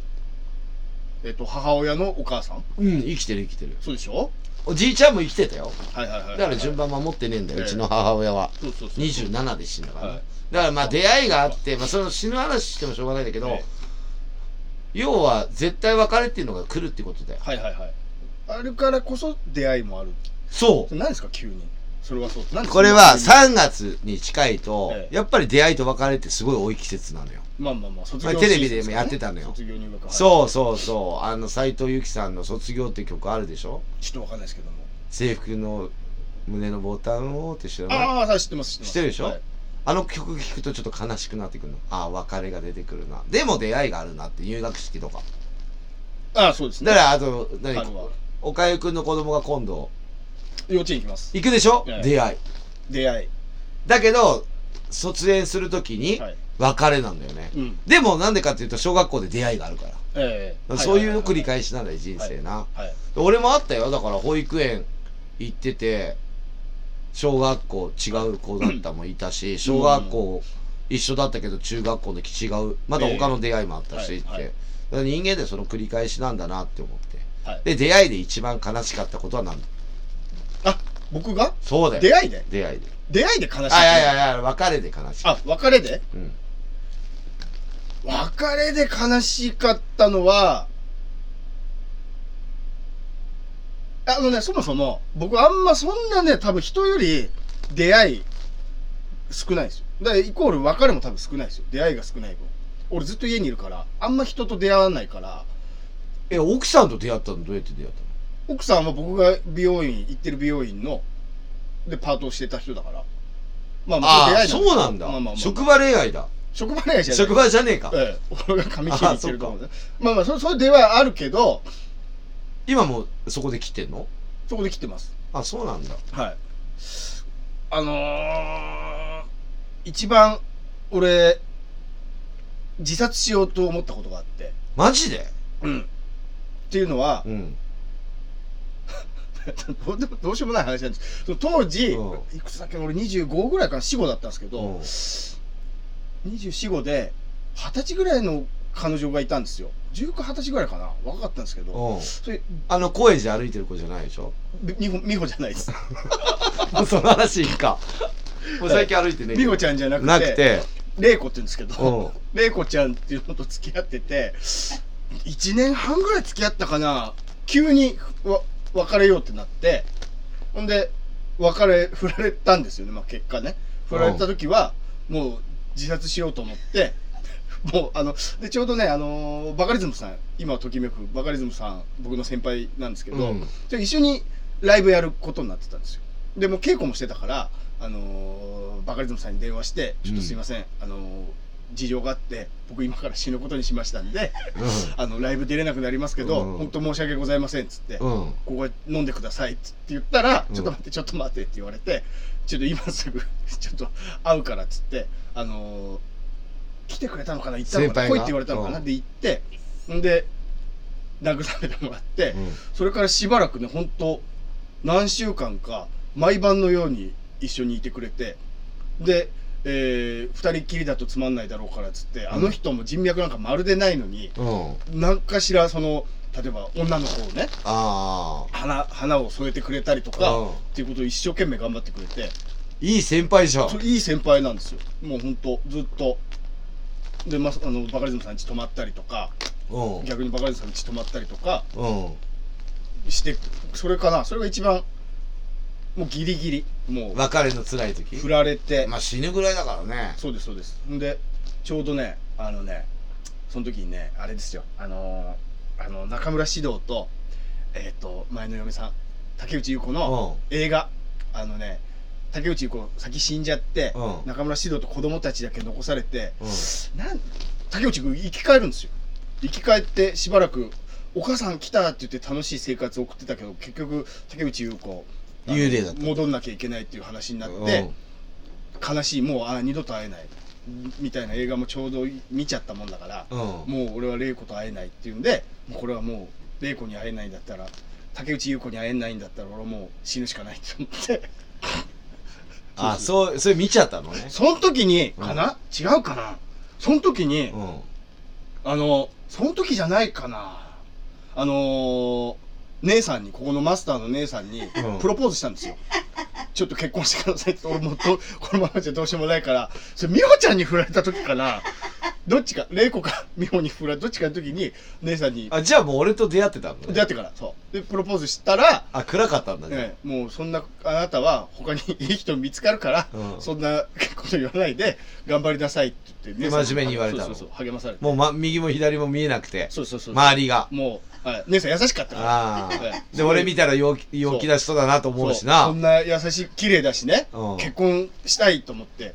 えっと、母親のお母さん
うん生きてる生きてる
そうでしょ
おじいちゃんも生きてたよ
はいはいはい、
だ
はい、
から順番守ってねえんだよ、
はいう
ちの母親は
そうそうそう
27で死んだからね、
はい
だからまあ出会いがあって、まあ、その死ぬ話してもしょうがないんだけど、
はい
要は絶対別れっていうのが来るってことだよ
はいはいはいあるからこそ出会いもある
そ
何ですか急にそれはそうなんですか
これは
急
3
に
月に近いと、
ええ
やっぱり出会いと別れってすごい多い季節なのよ、
まあまあまあ卒業
まあ
シーズン
テレビでもやってたのよ
卒業入学はい
そうそうそうあの斎藤由貴さんの「卒業」って曲あるでしょ
ちょっとわかんないですけども
制服の胸のボタンをって知らないあ
ああはい知ってます知ってます
知ってるでしょ
はい
の曲聴くとちょっと悲しくなってくるのああ別れが出てくるなでも出会いがあるなって入学式とか
ああそうですね
だからあと
あるわ
何おかゆくんの子供が今度
幼稚園行きます
行くでしょ、
ええ
出会い
出会
だけど卒園するとき
い
に
はい
別れなんだよね、
うん
でもなんでかっていうと小学校で出会いがあるから
ええ
そういう繰り返しなんだよ、人生な。
はい
俺もあったよ。だから、保育園行ってて、小学校違う子だったもいたし、小学校一緒だったけど、中学校の違う、また他の出会いもあったし
ええ
って。
はいは
だ
い
から人間でその繰り返しなんだなって思って。
はい
で、出会いで一番悲しかったことは何だ
あ僕が
そうだよ。
出会いで
出会いで。
出会いで悲しい
あ、いやいやいや、別れで悲しい。
あ別れで
うん。
別れで悲しかったのは、あのね、そもそも、僕あんまそんなね、多分人より出会い少ないですよ。だからイコール別れも多分少ないですよ。出会いが少ない分。俺ずっと家にいるから、あんま人と出会わないから、
え、奥さんと出会ったのどうやって出会ったの
奥さんは僕が美容院、行ってる美容院の、で、パートをしてた人だから。まあまあ、
ああ、
出会い
そうなんだ
まあまあまあ。
職場恋愛だ。
職場恋愛じゃない。
職場じゃねえか。
ええ、俺が髪切りに行ってると思うね。まあまあ、そそういう出会いはあるけど、
今もそこで来てんの
そこで切ってます。
あ、そうなんだ。
はい。あのー、一番、俺、自殺しようと思ったことがあって。
マジで
うん。っていうのは
う、ん。
どうでもどうしようもない話なんです。その当時、
うん
いくつだっけ俺25ぐらいから死後だったんですけ
う
ど、
ん
24、5で、20歳ぐらいの彼女がいたんですよ。19、20歳ぐらいかな。若かったんですけど、
うん。
それ、
あの、高円寺歩いてる子じゃないでし ょ
みみほ、みほじゃないです。
その話いいか。もう最近歩いてね。
美穂ちゃんじゃなくて、
なくて。
玲子って言うんですけ
う
ど、
ん。
玲子ちゃんっていうのと付き合ってて、1年半ぐらい付き合ったかな、急にわ別れようってなって、ほんで、別れ、振られたんですよね、まあ結果ね。振られた時は、もう自殺しようと思って、もうあの、で、ちょうどね、あのーバカリズムさん、今ときめくバカリズムさん、僕の先輩なんですけど、
うん。
で一緒にライブやることになってたんですよでもう稽古もしてたから、あのーバカリズムさんに電話して「ちょっとすいません、あのー事情があって僕今から死ぬことにしました んであのライブ出れなくなりますけど、
うん
本当申し訳ございません」っつって、
うん。うん。
ここへ飲んでください」っつって言ったら「
うん
ちょっと待ってちょっと待って」って言われて「ちょっと今すぐ ちょっと会うから」っつってあのー来てくれたのかな行ったのかな
先輩
来
が
いって言われたのかな、
うん
で行ってんで慰めてもらって、それからしばらくね、本当何週間か、毎晩のように一緒にいてくれて、で、えー二人きりだとつまんないだろうからっつって、あの人も人脈なんかまるでないのに、
うん。
何かしら、その、例えば女の子をね、
あ
花、花を添えてくれたりと
あ。
か、
うん。
っていうことを一生懸命頑張ってくれて、
いい先輩じゃん。
そういい先輩なんですよ。もう本当ずっと。で、まあ、あの、バカリズムさん家泊まったりとか、
うん。
逆にバカリズムさん家泊まったりとか、
うん。
してそれかなそれが一番もうギリギリも
別れの辛い時
う振られて、
まあ死ぬぐらいだからね。
そうですそうですんでちょうどねあのねその時にねあれですよあのーあの中村獅童とえっ、と前の嫁さん竹内優子の
う
映画あのね竹内優子先死んじゃって、
ん。うん。
中村獅童と子供たちだけ残されて
うん。
なん竹内君生き返るんですよ生き返ってしばらく「お母さん来た」って言って楽しい生活を送ってたけど結局竹内優子あの
幽霊だった
戻んなきゃいけないっていう話になって、
うん
悲しいもうあ二度と会えないみたいな映画もちょうど見ちゃったもんだから、
うん。
もう俺は玲子と会えないっていうんでもうこれはもう玲子に会えないんだったら竹内優子に会えないんだったら俺はもう死ぬしかないって思って
あ、そう、それ見ちゃったのね。
その時にかな、違うかなその時に、
うん。
あの、その時じゃないかな。あのー姉さんに、ここのマスターの姉さんに
ん、
プロポーズしたんですよ。ちょっと結婚してくださいって、俺もう ど、このままじゃどうしようもないから、それ、美穂ちゃんに振られた時かな。どっちか、玲子か美穂に振られどっちかの時に、姉さんに、
あ、じゃあもう俺と出会ってたの
出会
ね。
ってから、そう。で、プロポーズしたら、
あ、暗かったんだね。
ええもうそんな、あなたは他に いい人見つかるから、
うん
そんなこと言わないで、頑張りなさいって言って姉さんに、
真面目に言われたの
そうそうそう、励まされて。
もう、ま、右も左も見えなくて、
そうそうそう。
周りが。
もう、はい、姉さん優しかったから。
あ
は
あ。
い
で、俺見たら陽気陽気な人だなと思うし
そ
な
そん。な優しい、綺麗だしね、
うん
結婚したいと思って、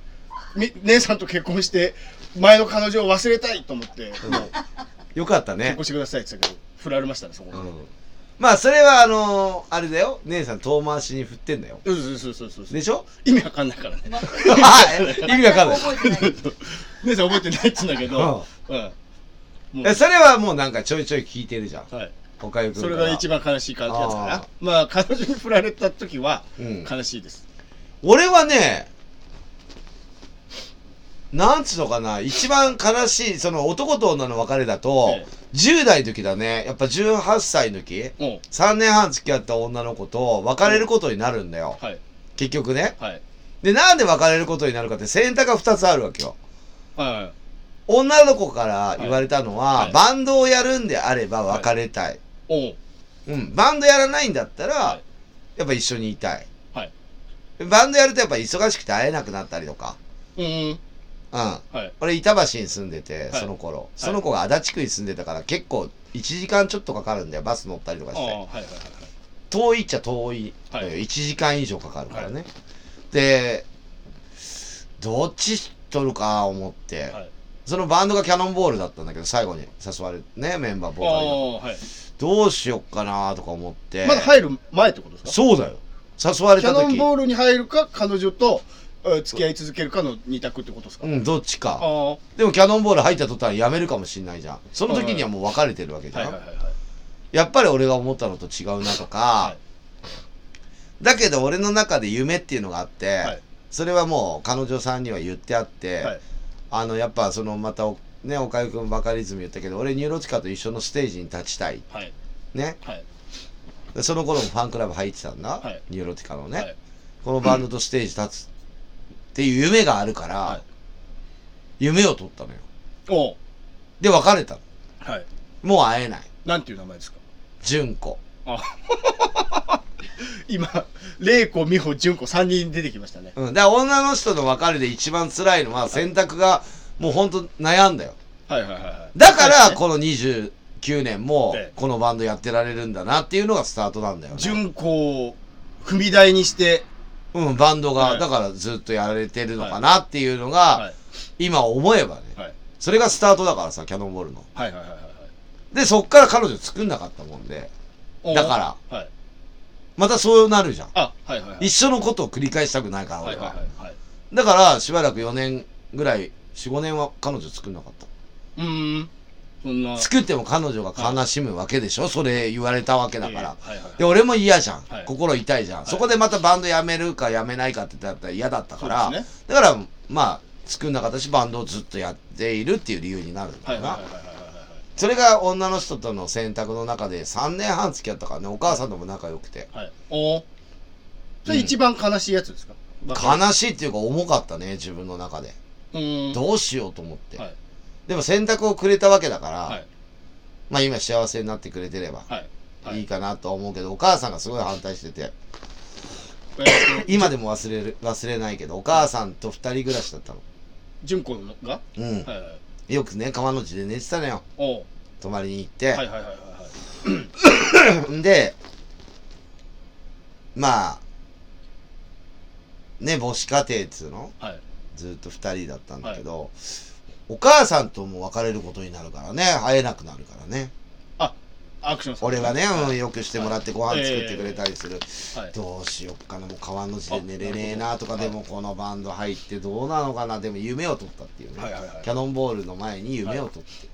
み姉さんと結婚して、前の彼女を忘れたいと思って、
うん
もう
よかった
結
ね
婚。してくださいって言ったけど、振られましたね、そこで。
うん。まあ、それはあのー、あれだよ。姉さん遠回しに振ってんだよ。
そうそうそうそうそう
で。し ょ
意味わかんないから ね。
意味わかんない。
覚えて ない。
姉さん覚えてないっつうんだけど、うん。もう
えそれはもうなんかちょいちょい聞いてるじゃん。
はい。
おかゆくん
それが一
番。
番悲しい感じやつか
あ
な
ー。
まあ、彼女に振られた時は、
うん。
悲しいです。
俺はね、なんつうのかな、一番悲しい、その男と女の別れだと、
え
10代の時だね、やっぱ18歳の時、
えもう
3年半付き合った女の子と別れることになるんだよ。
はい。
結局ね。
はい。
で、なんで別れることになるかって選択が2つあるわけよ。
はい。
女の子から言われたのは、
はい
バンドをやるんであれば別れたい。
おう
うん。バンドやらないんだったら、
はい
やっぱ一緒にいたい。
はい
バンドやるとやっぱ忙しくて会えなくなったりとか。
うん
うん。
はい
俺、板橋に住んでて、
はい
その頃、その子が足立区に住んでたから、結構1時間ちょっとかかるんだよ。バス乗ったりとか
ああ
し
はい
て。
はいはい
遠いっちゃ遠いのよ。
はい
1時間以上かかるからね。で、どっち取るか思って、
はいはい
そのバンドがキャノンボールだったんだけど、最後に誘われてね、メンバー
あ
ボーカルが
あはい
どうしよっかなとか思って。
まだ入る前ってことですか
そうだよ。誘われ
キ
た
ャノン
時。
ボールに入るか、彼女とえー付き合い続けるかの二択ってことですか、
うん、どっち
あ
か。
あ、は
でもキャノンボール入った途端やめるかもしんないじゃん。その時にはもう別れてるわけ
い
じゃ
はい
ん。
はいはい。
やっぱり俺が思ったのと違うなとか、
は
だけど俺の中で夢っていうのがあって、
はい
それはもう彼女さんには言ってあって、
はい
あの、やっぱそのまたお、ね、おかゆくんバカリズム言ったけど、俺ニューロチカと一緒のステージに立ちたい。
はい
ね。
はい
でその頃もファンクラブ入ってたんだ。
はい
ニューロティカのね、
はい
このバンドとステージ立つっていう夢があるから、
はい
夢を取ったのよ。
おう
で、別れたの。
はい。
もう会えない。
なんていう名前ですか
純子。
今、玲子、美穂、純子3人出てきましたね。
うん。だから女の人の別れで一番辛いのは選択がもうほんと悩んだよ。
はいはいはいはい。
だから、
こ
この29年も
ええ
このバンドやってられるんだなっていうのがスタートなんだよ、ね。
純子を踏み台にして、
うん、バンドが、
はい
だからずっとやられてるのかなっていうのが、
はい
今思えばね、
はい
それがスタートだからさ、キャノンボールの。
はいはいはいはい
で、そっから彼女作んなかったもんで、
おう。、
だから
はい。
またそうなるじゃん。
あ、はいはいはい。
一緒のことを繰り返したくないから、
は
俺
いはい
は。
はいはい。
だから、しばらく4年ぐらい、4、5年は彼女作んなかった。
うーん。そんな。
作っても彼女が悲しむわけでしょそれ言われたわけだから。
ええはいはいはい
で、俺も嫌じゃん
は。い
心痛いじゃん。
い
そこでまたバンド辞めるか辞めないかってだったら嫌だったから
そうで。
だから、まあ、作んなかったし、バンドをずっとやっているっていう理由になるんだ
はい
よ
はいは。
ない
はいはいはい。
それが女の人との選択の中で3年半付き合ったからね、お母さんとも仲良くて。
はい。おお。それ一番悲しいやつですか、
悲しいっていうか重かったね、自分の中で。
うーん。
どうしようと思って。
はい。
でも選択をくれたわけだから、
はい。
まあ今幸せになってくれてれば
はい。はい
いかなとは思うけど、お母さんがすごい反対してて、
えーっと、
今でも忘れる、忘れないけど、お母さんと二人暮らしだったの。
純子のが、
うん。
はいはい。
よくね、川の字で寝てたのよ。
おう
泊まりに行って。
はいはいはいはいはい。
ん で、まあ、ね、母子家庭っつうの
はい。
ずっと二人だったんだけど、お母さんとも別れることになるからね、会えなくなるからね。
アクションさん。
俺がね、
は
う
い
ん、よくしてもらってご飯作ってくれたりする。
はい。
どうしよっかな、もう川の字で寝れねえ
あな
な
るほ
と
ど
か、でもこのバンド入ってどうなのかな、でも夢を取ったっていうね。
はいはいはい
キャノンボールの前に夢を取って。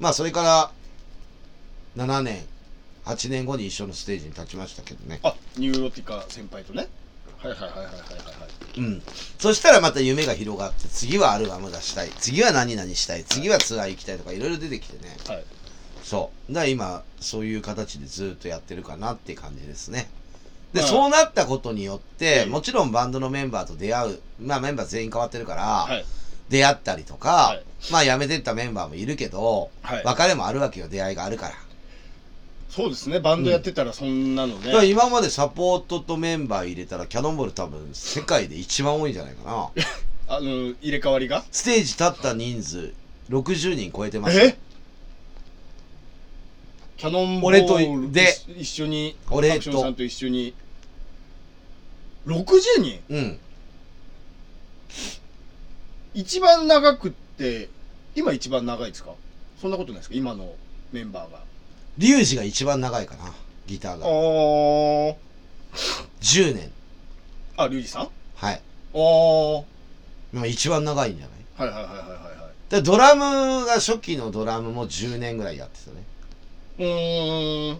まあ、それから、7年、8年後に一緒のステージに立ちましたけどね。
あ、ニューロティカ先輩とね。はいはいはいはいはいはいはい。
うん。そしたらまた夢が広がって、次はアルバム出したい、次は何々したい、次はツアー行きたいとか、いろいろ出てきてね。
はい。
そう。だから今、そういう形でずっとやってるかなって感じですね。で、
まあ
そうなったことによって、
はい
もちろんバンドのメンバーと出会う、まあメンバー全員変わってるから、
はい。
出会ったりとか、
はい
まあ辞めてったメンバーもいるけど、
はい
別れもあるわけよ、出会いがあるから。
そうですね。バンドやってたらそんなのね。
だから今までサポートとメンバー入れたら、キャノンボール多分世界で一番多いんじゃないかな。
あの、入れ替わりが。
ステージ立った人数、60人超えてます。
えキャノンボール
俺とで
一緒に、
俺と
アクションさんと一緒に。60人
うん。
一番長くって、今一番長いですかそんなことないですか今のメンバーが。
リュウジが一番長いかな、ギターが。
おー。
10年。
あ、リュウジさん
はい。
おー。
まあ一番長いんじゃない
はいはいはいはいはいはい。
でドラムが初期のドラムも10年ぐらいやってたね
うーん。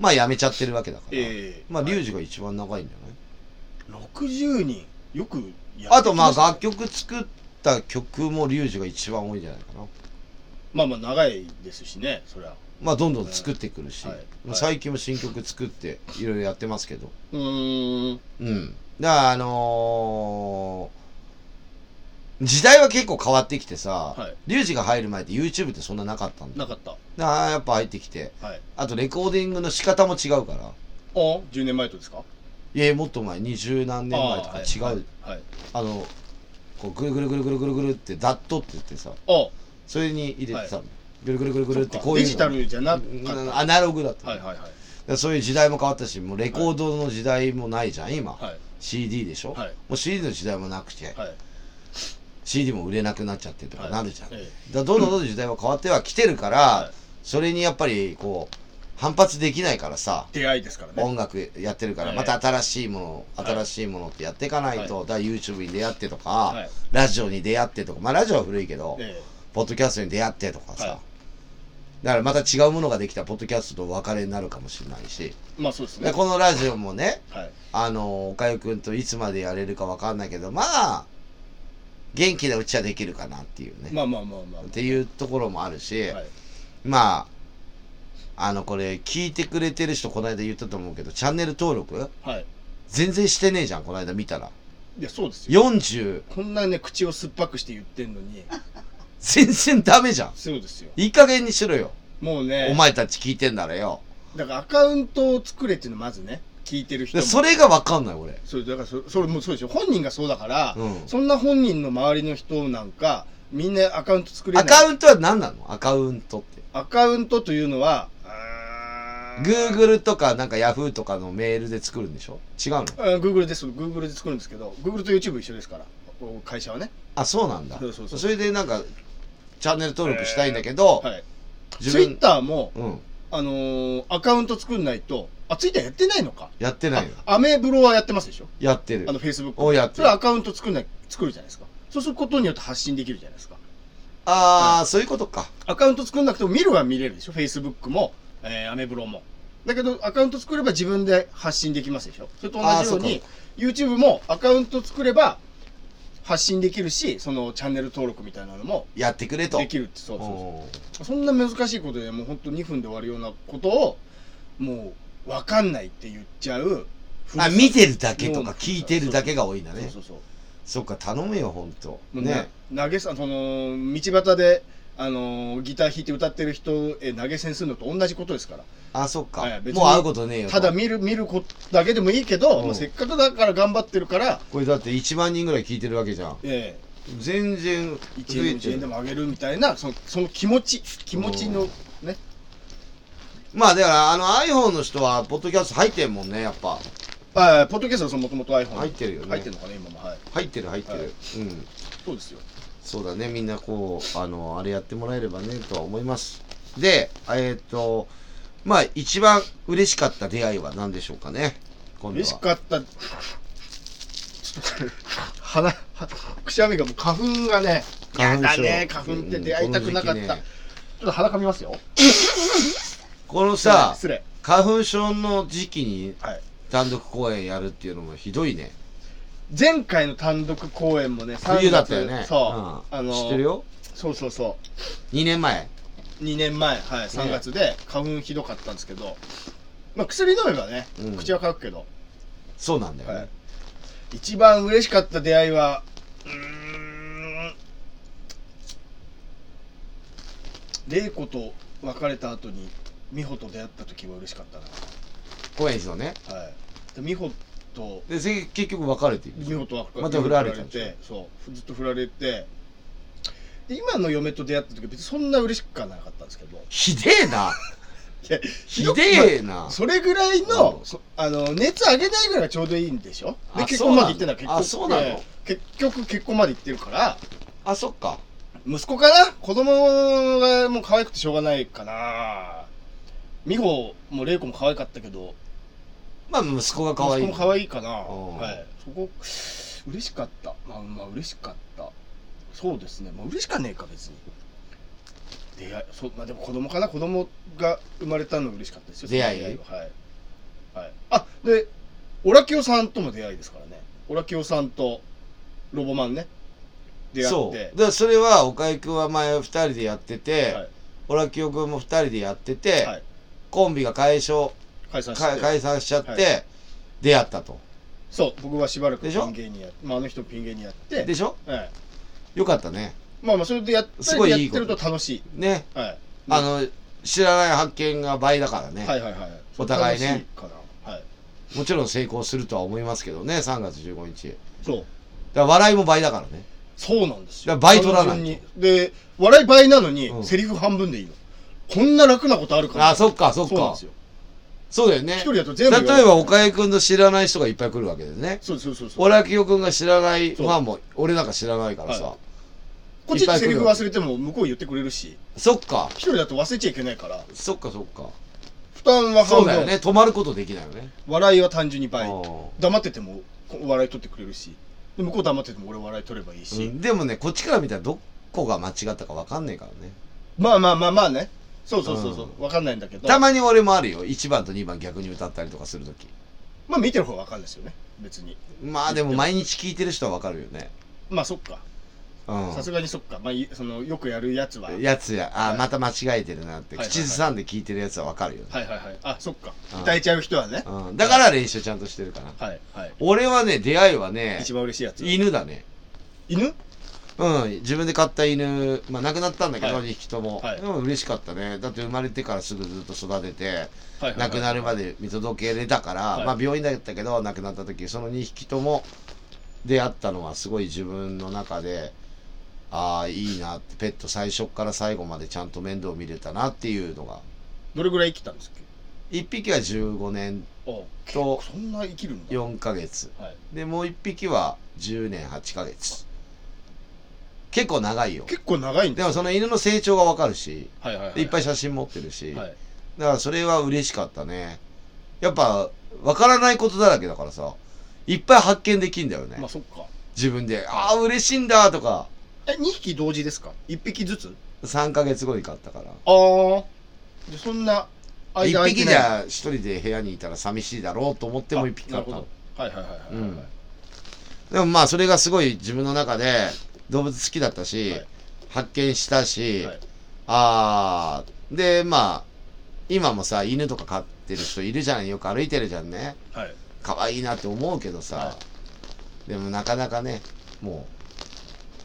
まあやめちゃってるわけだから、
ええ
まあリュウ
ジ。
ジが一番長いんじゃない、
60人。よくや
あとまあ楽
曲。
曲作った曲もリュウジが一番多いんじゃないかな
まあまあ長いですしね、そりゃ。
まあどんどん作ってくるし、
はいはい
まあ最近も新曲作っていろいろやってますけど
うーん。
うんだからあのー時代は結構変わってきてさ、
はい
リュウジが入る前って YouTube ってそんななかったんだ
なかった。
あーやっぱ入ってきて
はい。
あとレコーディングの仕方も違うから
あ ?10 年前とですか
いやもっと前二十何年前とか違うあ,、
あはいはい。
のこうぐるぐるぐるぐるぐるぐるってダットって言ってさ
あ
それに入れてたの、ぐるぐるぐるぐるってこういうの
デジタルじゃなかった。
うん
は
アナログだった、
いはいはい。
だからそういう時代も変わったしもうレコードの時代もないじゃん今、
はい。
CD でしょ、
はい
もう CD の時代もなくて、
はい。
CD も売れなくなっちゃってとかなるじゃん、
え
だからどんどんどんどん時代は変わってはきてるから、
はい
それにやっぱりこう反発できないからさ
え出会いですからね。
音楽やってるから、
はい
また新しいもの
はい
新しいものってやっていかないと、
は
だから YouTube に出会ってとか、
はい
ラジオに出会ってとかまあラジオは古いけど、
え
ポッドキャストに出会ってとかさ、
はい
だからまた違うものができたらポッドキャストとお別れになるかもしれないし、
えまあそうです
で
ね。
このラジオもね
はい。
あのおかゆくんといつまでやれるかわかんないけどまあ元気なうちはできるかなっていうね、
まあまあまあまあ
っ。ていうところもあるし、
はい。
まああのこれ聞いてくれてる人この間言ったと思うけどチャンネル登録
はい。
全然してねえじゃんこの間見たら
いや、そうですよ。
40
こんなね、口を酸っぱくして言ってんのに、
全然ダメじゃん
そうですよ。
いい加減にしろよ、
もうね、
お前たち聞いてんだらよ
だからアカウントを作れっていうのまずね、聞いてる人
で
も。
それがわかんない俺
そうだからそそれもそうですよ本人がそうだから、
うん
そんな本人の周りの人なんかみんなアカウント作れない
アカウントは何なのアカウントって
アカウントというのはあー
Google とかなんか Yahoo とかのメールで作るんでしょ違うの
あー Google です Google で作るんですけど Google と YouTube 一緒ですからお会社はね
あそうなんだ
そうそうそう
れでなんかチャンネル登録したいんだけど、
はい
自分
Twitter も、
うん
あのーアカウント作んないとあ Twitter やってないのか
やってないの
アメブロはやってますでしょ
やってる
あの Facebook
をやって
そ
る
れはアカウント作んない作るじゃないですかそうすることによって発信できるじゃないですか
ああ、そういうことか
アカウント作んなくても見るは見れるでしょ ?Facebook も、えー、アメブロも。だけど、アカウント作れば自分で発信できますでしょそれと同
あー
じように
そ、
YouTube もアカウント作れば発信できるし、そのチャンネル登録みたいなのも
やってくれと
できるって、そうそ
おー
うそう。そんな難しいことで、もう本当2分で終わるようなことを、もう、わかんないって言っちゃう。
あ見てるだけとか
脳の古さ
聞いてるだけが多いんだ
そう
ね
そうそう。
そっか頼むよほんと
もう
ね
ね、投げさ、その、道端で、あのーギター弾いて歌ってる人へ投げ銭するのと同じことですから。
あそっか、
はい別に
もう会うことねえよと
ただ見る見ることだけでもいいけど、
うん
まあ、せっかくだから頑張ってるから、
これだって1万人ぐらい聞いてるわけじゃん
え
全然
え1円
増
で
えて
も1円で
る
もあげるみたいなそのその気持ち気持ちのね
まあだからあの iPhone の人はポッドキャスト入ってんもんねやっぱ
ああポッドキャストはもともと iPhone
入ってるよね
入ってるのかな今もはい
入ってる入ってる、
はい
うん
そうですよ
そうだね、みんなこう、あの、あれやってもらえればね、とは思います。で、えっ、と、まあ、一番嬉しかった出会いは何でしょうかね。今度
嬉し
は。
かったちょっと鼻はくしゃみがもう花粉がね
花粉症
やだね花粉って出会いたくなかった、
うんこの時期ね
ちょっと鼻かみますよ
このさ、
失礼
花粉症の時期に
はい
単独公演やるっていうのもひどいね。
前回の単独公演もね3月
冬だったよね。
そう、
ん
あの
知ってるよ
そうそうそう
?2 年前。
2年前、はい、3月で花粉ひどかったんですけど、まあ、薬飲めばね、
うん
口は乾くけど、
そうなんだよね。
はい、一番嬉しかった出会いはうーん玲子と別れた後に美穂と出会った時は嬉しかった
公演時のね。
な、はい、で美穂と
で、せ結局別れてい
美
く。
穂と別
また振られたんでしょ
てそうずっと振られてで今の嫁と出会った時は別にそんな嬉しくはなかったんですけど
ひでえな。
いや
ひでえな。
それぐらい
うん
の、そあの、熱上げないぐらいがちょうどいいんでしょで、
あ
結婚まで行ってんだ、
そう
結
なの
局。
あそうなの
ええ結局、結婚まで行ってるから、
あ、そっか。
息子かな子供がもう可愛くてしょうがないかな美穂も玲子も可愛かったけど、
まあ、息子が可愛い。
息子も可愛いかな
うん
はい。そこ、嬉しかった。まあ、まあ、嬉しかった。そうですね。まあ、嬉しかねえか、別に。出会い、そう、まあでも子供かな子供が生まれたの嬉しかったですよ。
出会い
そのははい。はい。あ、で、オラキオさんとも出会いですからね。オラキオさんとロボマンね。出会
そ
っ
う。だ
て。
からそれは、岡井くんは前二人でやってて、
はい
オラキオくんも二人でやってて、
はい
コンビが解消、
解散
か
して。
解散しちゃって、
は
出会ったと。
そう、僕はしばらく
で
ピ
しょ
ン芸人やまあ、あの人もピン芸人やって。
でしょ
はい。
よかったね。
まあまあ、それでやった
すごい
りやっ
いいこ
て
と
ると楽しい。
ね。
はい。
あの、知らない発見が倍だからね。
はいはいはい。
お互いね
楽しかな。はい。
もちろん成功するとは思いますけどね、3月15日。だか
そう。
ら笑いも倍だからね。
そうなんですよ。
だから倍取らないと
単純にで、笑い倍なのに、
うん
セリフ半分でいいの。こんな楽なことあるから。
あ、そっか、そっ
そうなん
か
です。よ。
そうだよね
一。人だと全部言われ
例え
る。
ば、岡井くんの知らない人がいっぱい来るわけですね。
そうそうそうそう。
俺は清くんが知らないフ
そう
ァンも、俺なんか知らないからさ。
はこっちでセリフ忘れても向こう言ってくれるし、
そっか、
一人だと忘れちゃいけないから、
そっかそっか。
負担は
そ
半
うだよ
分、
ね。止まることできないよね。
笑いは単純に倍。
う
黙っててもこう笑い取ってくれるし、で向こう黙ってても俺笑い取ればいいし。
んでもね、こっちから見たらどこが間違ったかわかんないからね。
まあまあまあまあね。そうそうそうそう
う。ん
わかんないんだけど。
たまに俺もあるよ。1番と2番逆に歌ったりとかするとき。
まあ見てる方がわかるんですよね。別に。
まあでも毎日聞いてる人はわかるよね。
まあそっか。
うん。
さすがにそっか。まあいその、よくやるやつは。はい
やつや、あ、
はい
また間違えてるなって、
はいはいはい
口ずさんで聞いてるやつはわかるよね、
はいはい。あ、そっか
う。ん
歌えちゃう人はね。
うん。だから練習ちゃんとしてるかな。
はいはい。
俺はね、出会いはね
一、番嬉しいやつ。
犬だね。
犬
うん、自分で買った犬、まあ亡くなったんだけど、
はい
2匹とも。
はい
でも嬉しかったね。だって生まれてからすぐずっと育てて、
はいはい。
亡くなるまで見届けれたから、
はい
まあ病院だったけど、亡くなった時、その2匹とも出会ったのはすごい自分の中で、ああ、いいなって、ペット最初から最後までちゃんと面倒見れたなっていうのが。
どれぐらい生きたんですっ
1匹は15年
けあ
と
そんな生きるんだ。
4ヶ月。
はい。
で、もう1匹は10年8ヶ月。結構長いよ。
結構長いん
で
だ。
もその犬の成長がわかるし、
はいはいはい。
いっぱ
い。
い写真持ってるし、
はい。
だからそれは嬉しかったね。やっぱ、わからないことだらけだからさ、いっぱい発見できんだよね。
まあそっか。
自分で、ああ、嬉しいんだとか、
え、2匹同時ですか ?1 匹ずつ
3ヶ月後に買ったから。
ああ。で、そんな、
1
空いて
匹
な
じ
い
ゃ1人で部屋にいたら寂しいだろうと思っても1匹買った
な
の
るほどはいはいはいはいはい、
うんでもまあそれがすごい自分の中で動物好きだったし、
はい
発見したし、
はい
ああでまあ今もさ犬とか飼ってる人いるじゃんよく歩いてるじゃんね
はい
可愛いなって思うけどさ、
は
でもなかなかねもう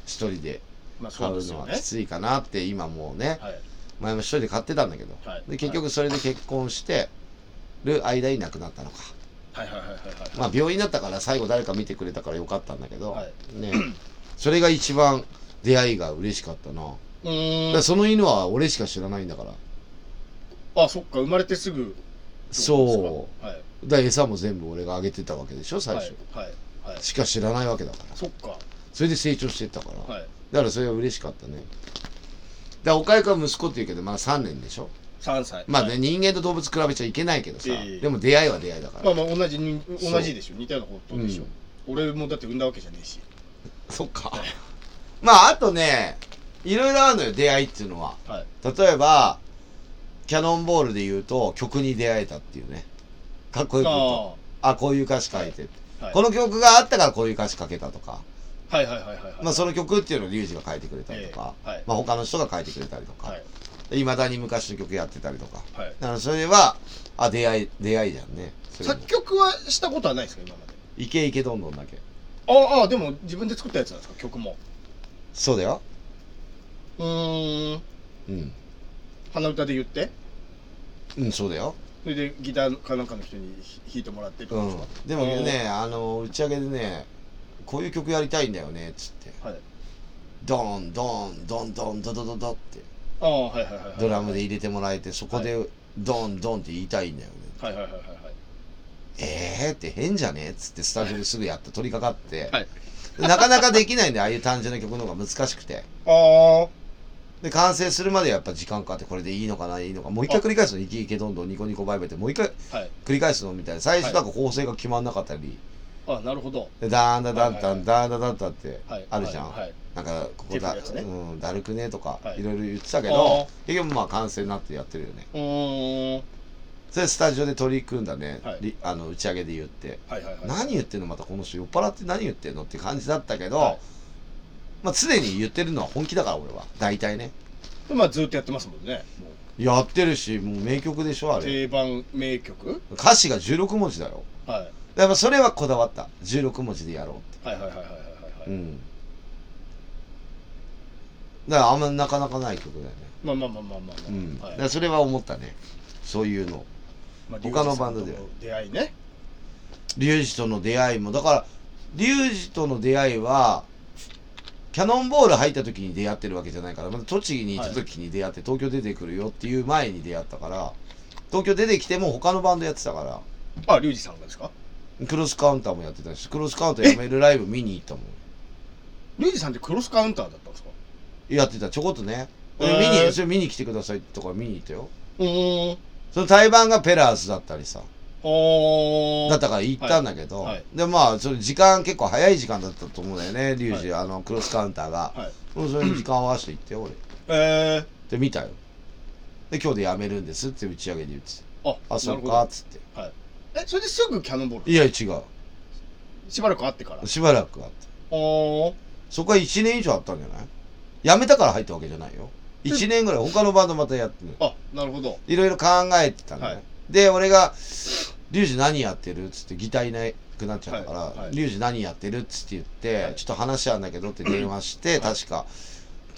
一人で
まあ
飼
そうで
う
す
の
よ
は
ね
きついかなって今もうね
はい
前も一人で飼ってたんだけど、
はい
で結局それで結婚してる間に亡くなったのか
はいはいはいはいはい
まあ病院だったから最後誰か見てくれたからよかったんだけど、
はい
ねそれが一番出会いが嬉しかったな、
うー
だか
ん
らその犬は俺しか知らないんだから
あそっか生まれてすぐ
そう
はい
だから餌も全部俺があげてたわけでしょ最
はい
初、
はいはい
しか知らないわけだから
そっか
それで成長してったから、
はい
だからそれは嬉しかったねだから岡井君は息子って言うけどまだ3年でしょ
3歳
まあね、
はい
人間と動物比べちゃいけないけどさ、
ええ
でも出会いは出会いだから、
まあまあ同じに
そう
同じでしょ似たようなことでしょ、
うん
俺もだって産んだわけじゃねえし
そっかまああとねいろいろあるのよ出会いっていうのは
はい
例えばキャノンボールで言うと曲に出会えたっていうねかっこよく言うと
あ
あこういう歌詞書いて、
あはい
この曲があったからこういう歌詞書けたとか、
はいはいはいはいはい
まあ、その曲っていうのをリュウジが書いてくれたりとか、
ええはい
まあ、他の人が書いてくれたりと
は
か
い
いま、未だに昔の曲やってたりとか
はい
だからそれはあ出会い出会いじゃんねそれも
作曲はしたことはないですか今まで
イケイケどんどんだけ
ああでも自分で作ったやつなんですか曲も
そうだよ
うーん
うん
鼻歌で言って
うんそうだよ
それでギターかなんかの人に弾いてもらってって
う
ことで
ん
すか、
でもねあの打ち上げでねこういう曲やりたいんだよねっつって
はい
ドンドンドンドンドドドドって
ああはいはいはいはい
ドラムで入れてもらえてそこでドンドンって言いたいんだよね
はいはいはいはい
えーって変じゃねっつってスタジオですぐやって取り掛かって、
はい
なかなかできないんでああいう単純な曲の方が難しくて
はいあ
で完成するまでやっぱ時間かかってこれでいいのかないいのかもう一回繰り返すのイケイケどんどんニコニコバイバイってもう一回
あはい
繰り返すのみたいな最初なんか構成が決まんなかったり
あなるほど
でダーンダダンダ
は
ン
いはいはい
ダーンダダンダンって
はい
あるじゃん、
はいはい
なんかここだ,、
テープのやつね
うん、だるくねとか
はい
いろいろ言ってたけど、
あ
結局まあ完成になってやってるよね
うーん
それスタジオで取り組んだね、
はい
りあの打ち上げで言って、
はいはいはい
何言ってんのまたこの人酔っ払って何言ってんのって感じだったけど、
はい
まあ常に言ってるのは本気だから俺は大体ね
でまあずっとやってますもんねもう
やってるしもう名曲でしょあれ
定番名曲
歌詞が16文字だよ
はい
やっぱそれはこだわった16文字でやろうって
はいはいはいはいはいはいはい
うんだからあんまなかなかない曲だよね、
まあまあまあまあまあまあ、
うん
は
だ
い
からそれは思ったねそういうの
まあ
他のバンドでは
リュウジさんとの出会いね
リュウジとの出会いもだからリュウジとの出会いはキャノンボール入った時に出会ってるわけじゃないからまだ栃木に行った時に出会って東京出てくるよっていう前に出会ったから東京出てきても他のバンドやってたから
あリュウジさんがですか
クロスカウンターもやってたしクロスカウンターやめるライブ見に行ったもん
リュウジさんってクロスカウンターだったんですか
やってたちょこっとね、
へー
見にそれ見に来てくださいとか見に行ったよ
うーん
その対バンがペラーズだったりさ
おー
だったから行ったんだけど、
はいはい
でまあそれ時間結構早い時間だったと思うんだよねリュウジ、あのクロスカウンターが、
はい
もうそれに時間合わせて行ってよ俺
え
で見たよで今日でやめるんですって打ち上げで言って
ー、あ
たあそ
な
っ
るほ
か
ど
っつって
えそれですぐキャノンボール
いや違う
しばらく会ってから
しばらくあって
おー
そこは1年以上あったんじゃないやめたから入ったわけじゃないよ1年ぐらい他のバンドまたやってる
あなるほど
いろいろ考えてたのね、
はい
で俺が「リュウジ何やってる?」っつってギターいなくなっちゃったから
はいはい
リュウジ何やってる?」っつって言って、
はい
ちょっと話あんだけど」って電話して、確か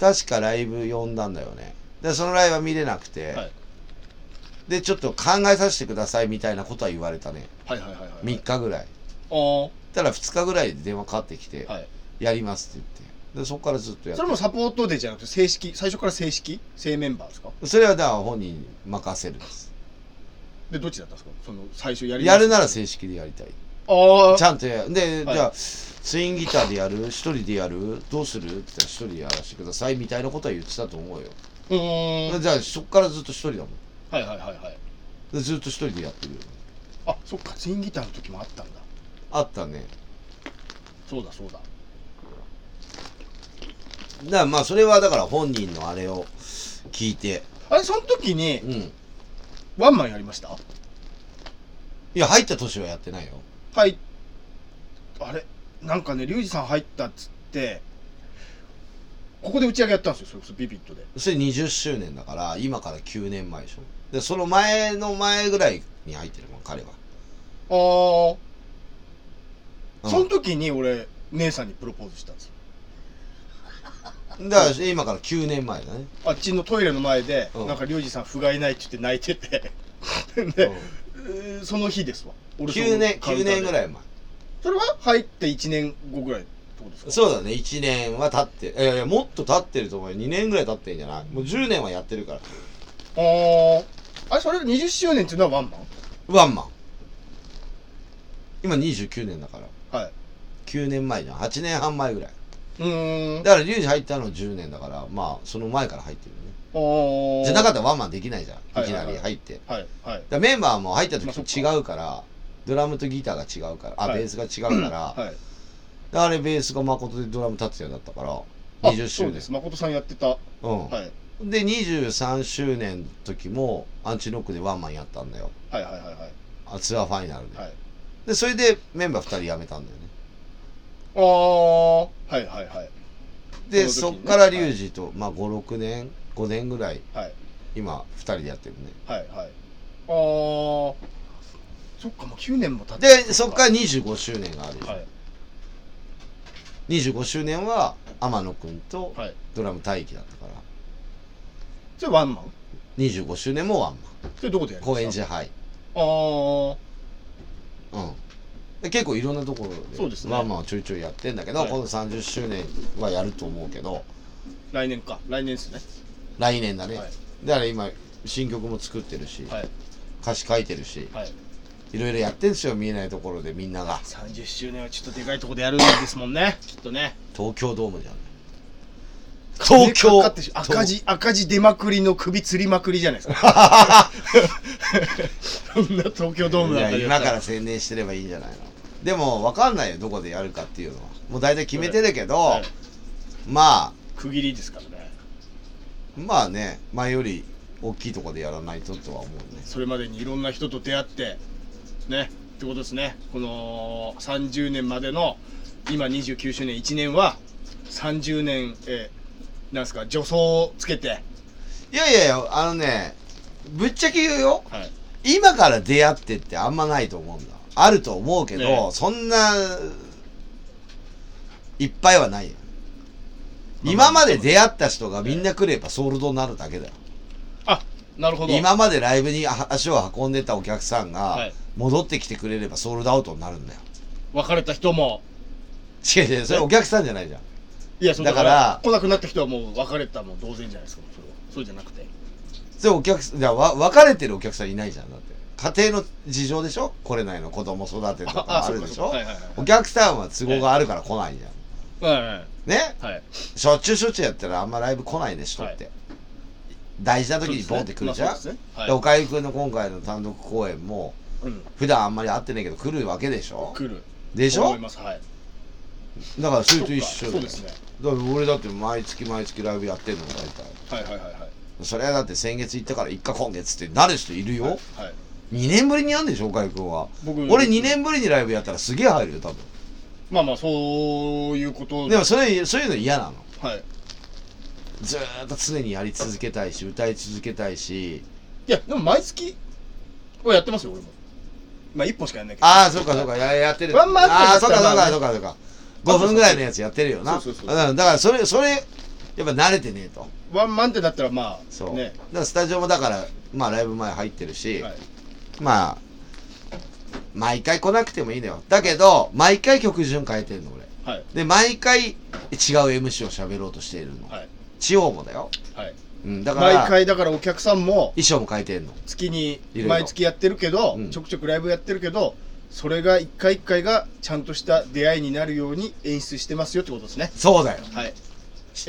確かライブ呼んだんだよねでそのライブは見れなくて、
はい
でちょっと考えさせてくださいみたいなことは言われたね
はいはいはいはいはい
3日ぐらい
おー
たら2日ぐらいで電話かかってきて「
はい
やります」って言ってでそこからずっとやっ
そ
て
れもサポートでじゃなくて正式最初から正式正メンバーですか
それはだから本人に任せるんです
でどっちだったんですかその最初やり
やるなら
あ
正式でやりたい
あ
ちゃんとやで、
はい
じゃあスイングギターでやる一人でやるどうするって言ったら一人でやらせてくださいみたいなことは言ってたと思うよ、
うーんはい
じゃあそっからずっと一人だもん
はいはいはい
でずっと一人でやってるよ
あそっかツインギターの時もあったんだ
あったね
そうだそうだ
だからまあそれはだから本人のあれを聞いて
あれその時に
うんい
ワンマンやりました
や入った年はやってないよ
はいあれなんかねリュウジさん入ったっつってここで打ち上げやったんですよそれこそビビットで
それ20周年だから今から9年前でしょでその前の前ぐらいに入ってるもん彼は、
あ
う
あ
ん
その時に俺姉さんにプロポーズしたんですよ
だから今から9年前だね、
あっちのトイレの前で、
うん
なんかリュウジさん不甲斐ないって言って泣い ててで、えーその日ですわ
うん、
俺その
9年
カウン
9
ターで
年ぐらい前
それは入って1年後ぐらいってことですか
そうだね、1年は経って、いやいや、もっと経ってると思うよ。2年ぐらい経ってんじゃないもう10年はやってるから。
あーあれそれ20周年っていうのはワンマ
ワンマン。今29年だから。
ンはい
9年前じゃん。8年半前ぐらい。
うーん
だから、リュウジ入ったの10年だから、まあ、その前から入ってるよね。じゃなか
っ
ったらワンマンできないじゃん。
はいい
き
はいは
ないり入って。
たはいはい
だからメンバーも入った
まあそっ
時
か
違うから、ドラムとギターが違うから、あ、
はい
ベースが違うから、
はい
であれベースが誠でドラム立つようになったから、
あ
20周
そう
年
で。す誠さんやってたは
うん
い。はい
で23周年の時もアンチノックでワンマンやったんだよ
はいはいはい
あツアーファイナルで,、
はい
でそれでメンバー2人辞めたんだよね
ああはいはいはい
で
そ
そ,、
の時
っ
ね
からリュウジと、まあ56年5年ぐらい
はい
今2人でやってるね
はいはいあーそっかもう9年も経って
でそっから25周年があるよ、
はい
25周年は天野くんと
はい
ドラム大輝だったから
それワンマン
25周年もワンマ
それどこでや
ン
りま
高
した
円寺杯
あー
うんで結構いろんなところ
そうですね
ワンマンをちょいちょいやってんだけど、
はい
この30周年はやると思うけど
来年か来年ですね
来年だね、
はい
だから今新曲も作ってるし、
はい
歌詞書いてるし、
はい
い、ろいろやってんすよ見えないところでみんなが
30周年はちょっとでかいとこでやるんですもんねきっとね
東京ドームじゃん東京
金かかってし赤字赤字出まくりの首吊りまくりじゃないです かそんな東京ドーム
い
な
や
んかでや
今
った
から宣伝してればいいんじゃないのでも分かんないよどこでやるかっていうのはもう大体決めてるけど、
はい
まあ
区切りですからね
まあね前より大きいとこでやらないととは思うね
それまでにいろんな人と出会ってねってことですねこの30年までの今29周年1年は30年えーなんすか助走をつけて
いやいやいやあのねぶっちゃけ言うよ
はい
今から出会ってってあんまないと思うんだあると思うけど、
ね
そんないっぱいはないよ今まで出会った人がみんな来ればソールドになるだけだよ。
あなるほど
今までライブにあ足を運んでたお客さん
は
が
い、
戻ってきてくれればソールドアウトになるんだよ。
別れた人も
違う違う、それお客さんじゃないじゃん。
いやそうだ
だ
か
からら
来なくなった人はもう別れたも同然じゃないですかそれはそうじゃなくて
それお客さん、じゃあわ別れてるお客さんいないじゃん。だって。家庭の事情でしょ来れないの子供育てとかもあるでし
そう
ょ
かはいはいはい
お客さんは都合があるから来ないじゃん。
はいはい
ね
はい
しょっちゅうしょっちゅうやったらあんまライブ来ないでしょって、大事な時にボンって来るじゃん、
そうですねまあ
で
そう
おかゆくんの今回の単独公演も
ですねはいうん
普段あんまり会ってないけど来るわけでしょ
来る
でし
と
ょ
思いますはい
だからそれと一緒
そっかそうですね
だから俺だって毎月毎月ライブやってんの大体
はいはいはいはい
それはだって先月行ったから一か今月ってなる人いるよ、
はい
2年ぶりにやんでしょおかゆくんは
僕
俺2年ぶりにライブやったらすげえ入るよ多分
まあまあそういうこと
でもそれそういうの嫌なの
はい
ずーっと常にやり続けたいし歌い続けたいし
いやでも毎月はやってますよ俺もまあ一本しかやんないけど
ああ、そうかそうか、ややってる。
ワンマンア
ああー、
ップ
そう
だ
か
った
そう
ら
かそうかそうか。5分ぐらいのやつやってるよな。
そうそうそう
うん、だからそれ、それ、やっぱ慣れてねえと。
ワンマンってだったらまあ
そう。
ね
だからスタジオもだから、まあライブ前入ってるし、
はい
まあ、毎回来なくてもいいのよ。だけど、毎回曲順変えてるの、俺。
はい
で、毎回違う MC を喋ろうとしているの。
はい
地方もだよ。
はい
うん、だから、
毎
衣
回だからお客さんも
装も変えてんの。
月に
いろいろ
毎月やってるけど
うん
ちょくちょくライブやってるけどそれが一回一回がちゃんとした出会いになるように演出してますよってことですね
そうだよ。
はい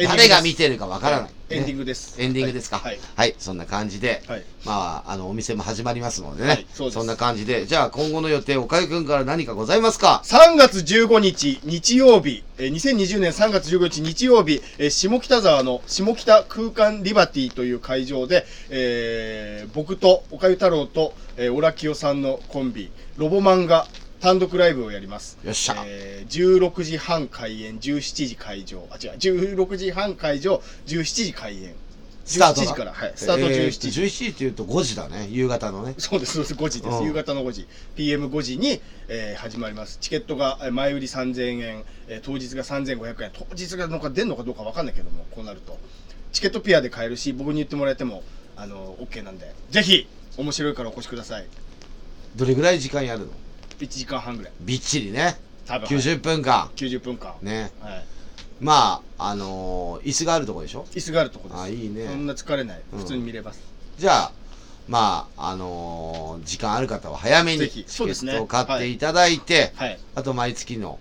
誰が見てるかわからない。
エンディ
ね
ングです
エンディングですか。
はい
はい、そんな感じで。
はい
まあ、あの、お店も始まりますのでね。
はいそうです
そんな感じで。じゃあ、今後の予定、おかゆくんから何かございますか
3月15日日曜日、えー2020年3月15日日曜日、えー下北沢の下北空間リバティという会場で、えー僕とおかゆ太郎と、えー、オラキオさんのコンビ、ロボマンが単独ライブをやります。
よっしゃ。
えー16時半開演、17時会場、あ、違う、16時半会場、17時開演。
スタート
17時から、はい、スタート17時。
時。17時っていうと5時だね。夕方のね。
そうです、そうです、5時です。
うん
夕方の5時、PM5 時に、えー始まります。チケットがえー前売り3000円、えー当日が3500円、当日がのか出るのかどうかわかんないけども、こうなると。チケットピアで買えるし、僕に言ってもらえても、あの、OK なんで、ぜひ、面白いからお越しください。
どれぐらい時間やるの
1時間半ぐらい、
びっちりね。
多分。はい
90分間。
90分間。
ね。
はい。
まあ、あのー椅子があるとこでしょ
椅子があるとこです。
あいいね
そんな疲れない。
うん
普通に見れます。
じゃあ、まあ、あのー時間ある方は早め
ぜ
に
ひ
チケ
そうですね
ットを買っていただいて、
はい。
あと毎月の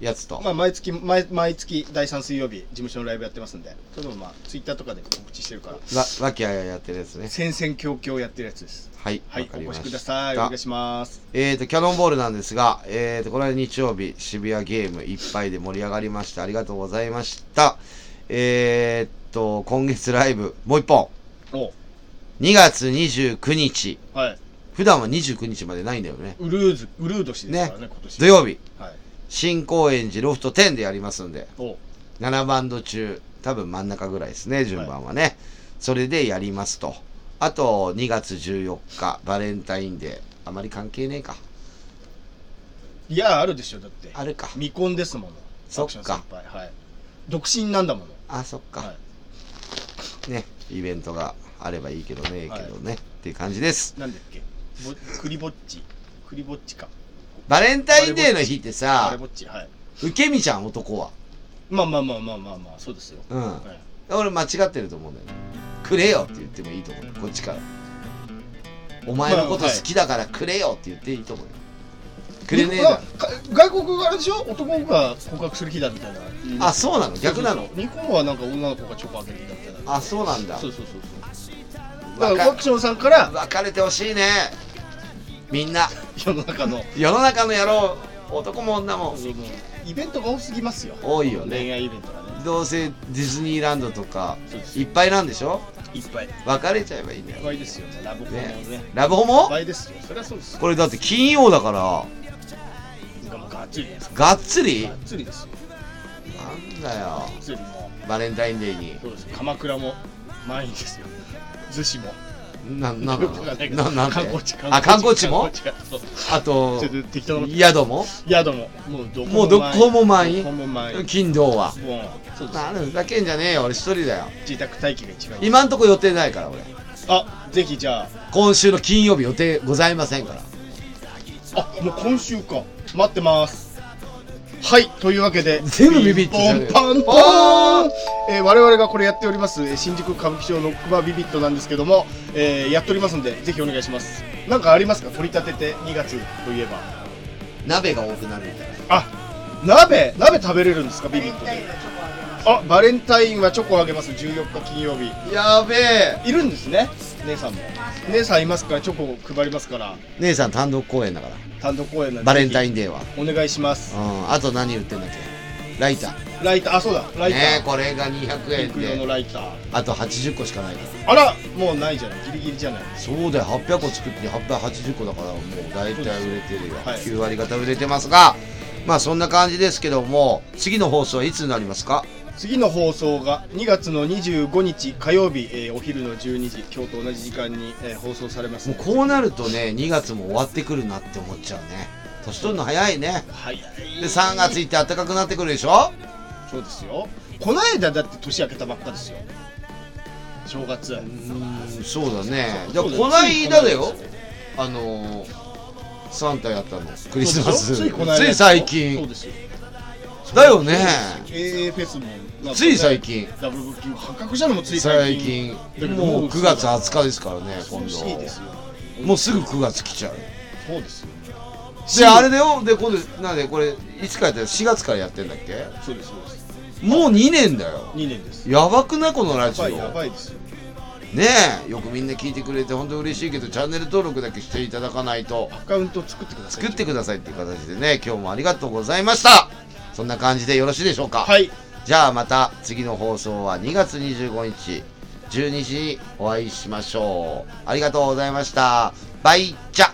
やつと。
まあ、毎月毎、毎月第3水曜日、事務所のライブやってますんで、それもまあ、ツイッターとかで告知してるから。
ララッキーあややってるやつね。
戦々恐々やってるやつです。
はい。
は
わ
い、
か
お
りま
越し
した
ください。お願いします。
えー、と、キャノンボールなんですが、えー、と、この間日曜日、渋谷ゲームいっぱいで盛り上がりました。ありがとうございました。えー、と、今月ライブ、もう一本。
お、
2月29日。
はい。
普段は29日までないんだよね。
ウルーズ、ウルー年ですからね、今年。
土曜日、
はい。
新高円寺ロフト10でやりますんで、
お、
7バンド中、多分真ん中ぐらいですね、順番はね。それでやりますと。あと、2月14日、バレンタインデー。あまり関係ねえか。
いや、あるでしょ、だって。
あるか。
未婚ですもの。
そっか
アクション先輩。はい。独身なんだもの。
あ、そっか。
は
ね、イベントがあればいいけどね、けどね、っていう感じです。
い。なんだっけ。ぼクリぼっち。クリぼっちか。
バレンタインデーの日って
あ
さ
れぼ、っち。はい。
受け身じゃん、男は。
まあまあまあまあまあまあ、そうですよ。
うん。
はい。
俺間違ってると思うんだよね。くれよって言ってもいいと思うよこっちから。お前のこと好きだからくれよって言っていいと思うよ。くれねえだろ。
か外国があれでしょ男の子が告白する日だみたいな。
あ、そうなの逆なの
そうそうそう日本はなんか女の子がチョコあげる日だみたいな。
あ、そうなんだ
そ。うそうそうそう。だからア
わ
クションさんから
か別れてほしいね。みんな、
世の中の
世の中の野郎、男も女も
イベントが多すぎますよ
多いよね。
恋愛イベントがね
どうせディズニーランドとか
そうです
いっぱいなんでしょ
いっぱいいっ
別れちゃえばいいんだよ。
ぱいですよラブコメもねいっ
ラブホも
ぱいですよそれはそうですよ
これだって金曜だから、
もうガッツリです
がっつり
ガッツリですよ
なんだよ。
ガッツリも
バレンタインデーに。
そうです鎌倉も満員ですよ逗子も
な、な、
よくわかんないけど
な、なん
観
で
光地
あ、観光地も
観光地そう
あと
ちょ、っと適当なこと
宿も
宿ももうどこ
もうどこも満員
どこも満員も
金土は。
うそうです
なるふざけんじゃねえよ、俺一人だよ。
自宅待機が一番いい
今んとこ予定ないから、俺。
あぜひじゃあ
今週の金曜日予定ございませんから。
あもう今週か待ってますはいというわけで
全部ビビって
ピンポンパンパン、えー我々がこれやっておりますえー新宿歌舞伎町ノックバービビットなんですけども、えーやっておりますんでぜひお願いしますなんかありますか取り立てて2月といえば
鍋が多くなるみたいな。
あ鍋鍋食べれるんですかビビット
タイ
で
ムがチョコあげます。
あバレンタインはチョコあげます14日金曜日
やべえ。
いるんですね姉さんも姉さんいますからチョコを配りますから
姉さん単独公演だか
単独公演な
ら。
んで
バレンタイ
ン
ンデーは。
お願いします
うん。あと何売ってんだっけライター。
ライターあそうだライター、
ねえ、これが200
ピン
円
ク用の
で。
ライター
あと80個しかないから。
あらもうないじゃないギリギリじゃない
そうだよ800個作って880個だからもう大体売れてるよ、
はい
9割方売れてますがまあそんな感じですけども次の放送はいつになりますか
次の放送が2月の25日火曜日、えーお昼の12時今日と同じ時間に、えー放送されます
もうこうなるとね2月も終わってくるなって思っちゃうね年取るの早いね
はい
で3月行って暖かくなってくるでしょ
そうですよこの間だって年明けたばっかですよ正月
うーんそうだねじゃあ
そう
こ
です
の間だよあのーサンタやったのクリスマス
そうですよついこの間
つい最
そう
近
ですよ
だよね
そうですよ AA フェスもなんかね
つい最近
ダブルブッキング発覚したのもつい最
最
近
近もう9月20日ですからね今
恐ろしいですよ
度もうすぐ9月来ちゃう
そうですよ
であれだよで今度なんでこれいつからやってる4月からやってんだっけ
そうですそうです
もう2年だよ
2年です
やばくないこのラ
や
ジオ
ばいやばいですよ
ねえよくみんな聞いてくれて本当嬉しいけどチャンネル登録だけしていただかないと
アカウント作ってください
作ってくださいっていう形でね今日もありがとうございましたそんな感じでよろしいでしょうか
はい
じゃあまた次の放送は2月25日12時にお会いしましょう。ありがとうございました。バイチャ